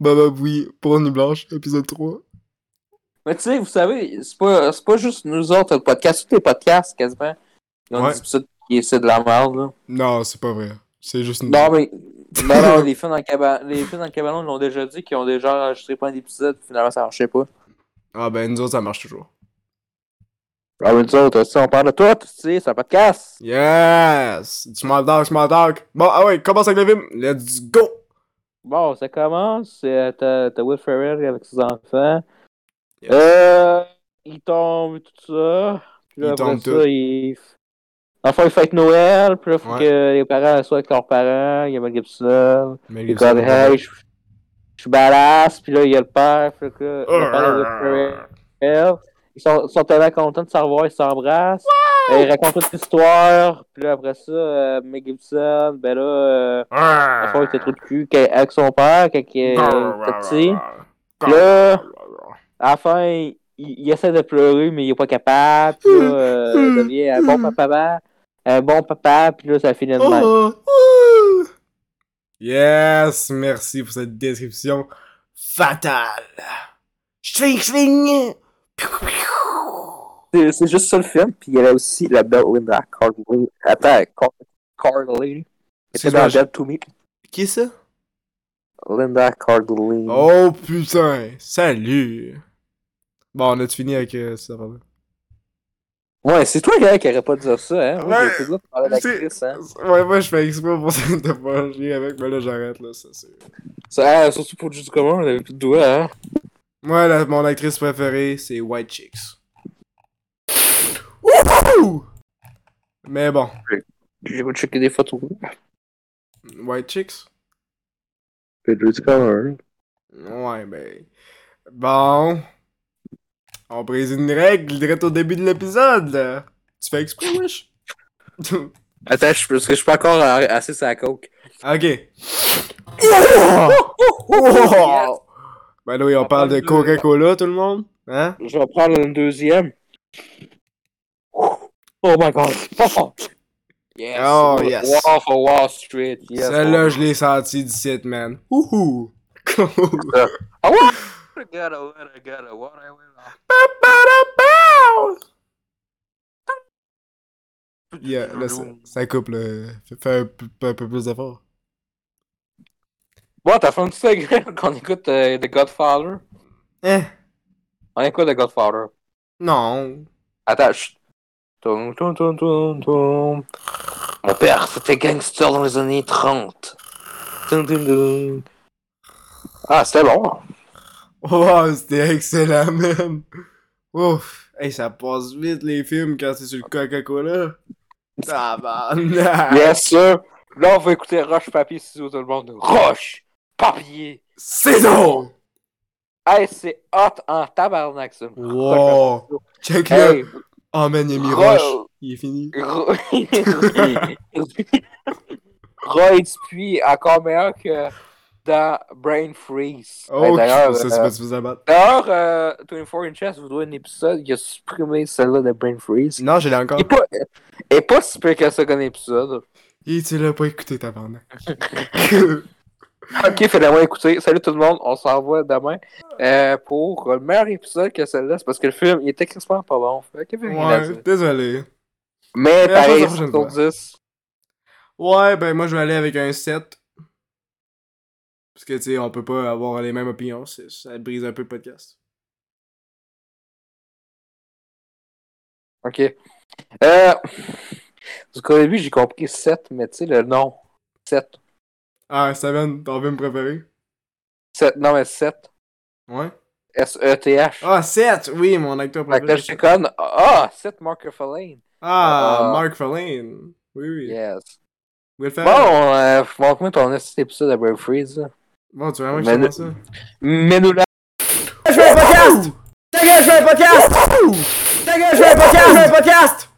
Speaker 2: Baba Boui pour Nuit Blanche, épisode 3.
Speaker 3: Mais tu sais, vous savez, c'est pas, c'est pas juste nous autres, le podcast, tous les podcasts quasiment. Ils ont
Speaker 2: Ouais.
Speaker 3: des épisodes qui essaient de la merde, là.
Speaker 2: Non, c'est pas vrai. C'est juste une. [laughs]
Speaker 3: Non, mais. Non, non, les films dans le cabanon, les films dans le cabanon, ils l'ont déjà dit qu'ils ont déjà enregistré plein d'épisodes, puis finalement, ça marchait pas.
Speaker 2: Ah, ben nous autres, ça marche toujours.
Speaker 3: Ah, mais nous autres, si on parle de toi, tu sais, c'est un podcast.
Speaker 2: Yes! Small talk, small talk. Bon, ah ouais, commence avec le film. Let's go!
Speaker 3: Bon, ça commence, euh, t'as t'as Will Ferrell avec ses enfants.
Speaker 2: Yes.
Speaker 3: Euh. Il tombe, et tout ça. Puis là,
Speaker 2: Il
Speaker 3: après
Speaker 2: tombe
Speaker 3: ça,
Speaker 2: tout.
Speaker 3: il. Enfin, il fête Noël, puis là, faut
Speaker 2: Ouais.
Speaker 3: que les parents soient avec leurs parents, il y a Mel Gibson.
Speaker 2: Mais
Speaker 3: Il est comme, hey, je je suis badass, puis là, il y a le père, puis là, le père de Will Ferrell. Ils sont, sont tellement contents de se revoir, ils s'embrassent. Euh, Ils racontent toute l'histoire, puis là, après ça, euh, Mel Gibson, ben là, euh,
Speaker 2: Ah!
Speaker 3: à la fois, il était trop de cul qu'à- avec son père quand il était petit. Puis là, à la fin, il, il essaie de pleurer, mais il est pas capable, puis là, euh, il devient un bon papa, un bon papa, puis là, ça finit de mal.
Speaker 2: Oh, oh. Yes, merci pour cette description fatale. Swing, swing! Piou, piou.
Speaker 3: C'est c'est juste ça le film, puis il y avait aussi la belle Linda Cardley. Attends, Car- Cardley. C'est dans
Speaker 2: Excuse-moi,
Speaker 3: Dead to Me.
Speaker 2: Qui est ça?
Speaker 3: Linda Cardley.
Speaker 2: Oh putain! Salut! Bon, on a fini avec euh, ça.
Speaker 3: Ouais, c'est toi, gars, qui aurait pas dû dire ça, hein? Moi,
Speaker 2: Ouais,
Speaker 3: j'ai pas dit de parler
Speaker 2: c'est-
Speaker 3: d'actrice, hein?
Speaker 2: Ouais, moi, je fais exprès pour [laughs] ça de pas chier avec, mais là, j'arrête, là, ça, c'est...
Speaker 3: Ça, ah, surtout pour le jeu du commun, on avait plus de doigts, hein?
Speaker 2: Moi, la- mon actrice préférée, c'est White Chicks. Wouhou! Mais bon,
Speaker 3: J'ai pas checké des photos.
Speaker 2: White Chicks?
Speaker 3: Le jeu du commun.
Speaker 2: Ouais, ben... Bon... On brise une règle direct au début de l'épisode, là. Tu fais exprès, wesh? [laughs]
Speaker 3: Attends, je- parce que je suis pas encore à- assez sur la coke.
Speaker 2: ok. Oh!
Speaker 3: [laughs] Yes.
Speaker 2: Wow! Ben oui, on
Speaker 3: On
Speaker 2: parle
Speaker 3: parle
Speaker 2: de
Speaker 3: de-
Speaker 2: Coca-Cola, tout le monde? Hein?
Speaker 3: Je vais prendre une deuxième. Oh my god. yes.
Speaker 2: Oh, yes.
Speaker 3: Wow for Wall Street. Yes.
Speaker 2: Celle-là, je l'ai sentie d'ici, man. Wouhou! [laughs]
Speaker 3: Ah ouais? Gotta, gotta, gotta, what I will.
Speaker 2: Yeah, là, ça, ça coupe, là. Fais- Fais un, peu- un peu plus d'efforts.
Speaker 3: Bon, t'as fait un petit [laughs] secret qu'on écoute euh, The Godfather.
Speaker 2: Eh,
Speaker 3: On écoute The Godfather.
Speaker 2: non.
Speaker 3: Attends, chut. Toum, toum, toum, toum, toum. Mon père, c'était gangster dans les années 30. Toum, toum, toum. Ah, c'était bon.
Speaker 2: Wow, c'était excellent, man. Ouf. Hey, ça passe vite, les films, quand c'est sur le Coca-Cola. Ça va.
Speaker 3: Yes, sir. Là, on va écouter Roche, Papier, Ciseaux, tout le monde. Roche, Papier.
Speaker 2: C'est donc!
Speaker 3: Hey, c'est hot en tabarnak, ça.
Speaker 2: Wow. Check le.
Speaker 3: Hey,
Speaker 2: Oh, man, il a mis
Speaker 3: Roche.
Speaker 2: Roche. Il est fini.
Speaker 3: Ro- Roy Dupuis, encore meilleur que dans Brain Freeze. Hey,
Speaker 2: Oh,
Speaker 3: d'ailleurs,
Speaker 2: ça, c'est
Speaker 3: euh,
Speaker 2: pas difficile à battre.
Speaker 3: D'ailleurs, euh, 24 Inches voudrait un épisode qui a supprimé celle-là de Brain Freeze.
Speaker 2: Non, je l'ai encore.
Speaker 3: Et pas, et pas si pire que ça qu'un épisode.
Speaker 2: Et tu l'as pas écouté,
Speaker 3: [laughs]
Speaker 2: tabarnak. [laughs]
Speaker 3: Ok, finalement, écoutez, salut tout le monde, on s'en va demain euh, pour le meilleur épisode que celle-là. C'est parce que le film, il était quasiment pas bon. Fait que rien à dire.
Speaker 2: ouais, désolé.
Speaker 3: Mais
Speaker 2: Mais la chose, la
Speaker 3: pareil,
Speaker 2: prochaine
Speaker 3: 7 sur 10.
Speaker 2: Ouais, ben moi je vais aller avec un 7. Parce que tu sais, on peut pas avoir les mêmes opinions, c'est- ça brise un peu le podcast.
Speaker 3: Ok. Euh, parce qu'au début, j'ai compris 7, mais tu sais, le nom. 7.
Speaker 2: Ah, Steven, ton film préféré?
Speaker 3: 7, non, mais 7.
Speaker 2: Ouais.
Speaker 3: S-E-T-H.
Speaker 2: Ah, 7! Oui, mon acteur
Speaker 3: Fait que là,
Speaker 2: préféré.
Speaker 3: j'étais comme, ah, 7 Mark Ruffalo.
Speaker 2: Ah,
Speaker 3: Ah.
Speaker 2: Mark Farlane. Oui, oui.
Speaker 3: Yes.
Speaker 2: Will Ferrell. Bon,
Speaker 3: Bon, euh, montre-moi ton petit épisode de Brave Freeze. là.
Speaker 2: tu veux vraiment que
Speaker 3: Mais
Speaker 2: je te
Speaker 3: le-
Speaker 2: fasse ça?
Speaker 3: Mais nous là.
Speaker 2: Je fais un podcast! Ta gueule, je fais un podcast! Ta gueule, je fais un podcast! Je fais un podcast!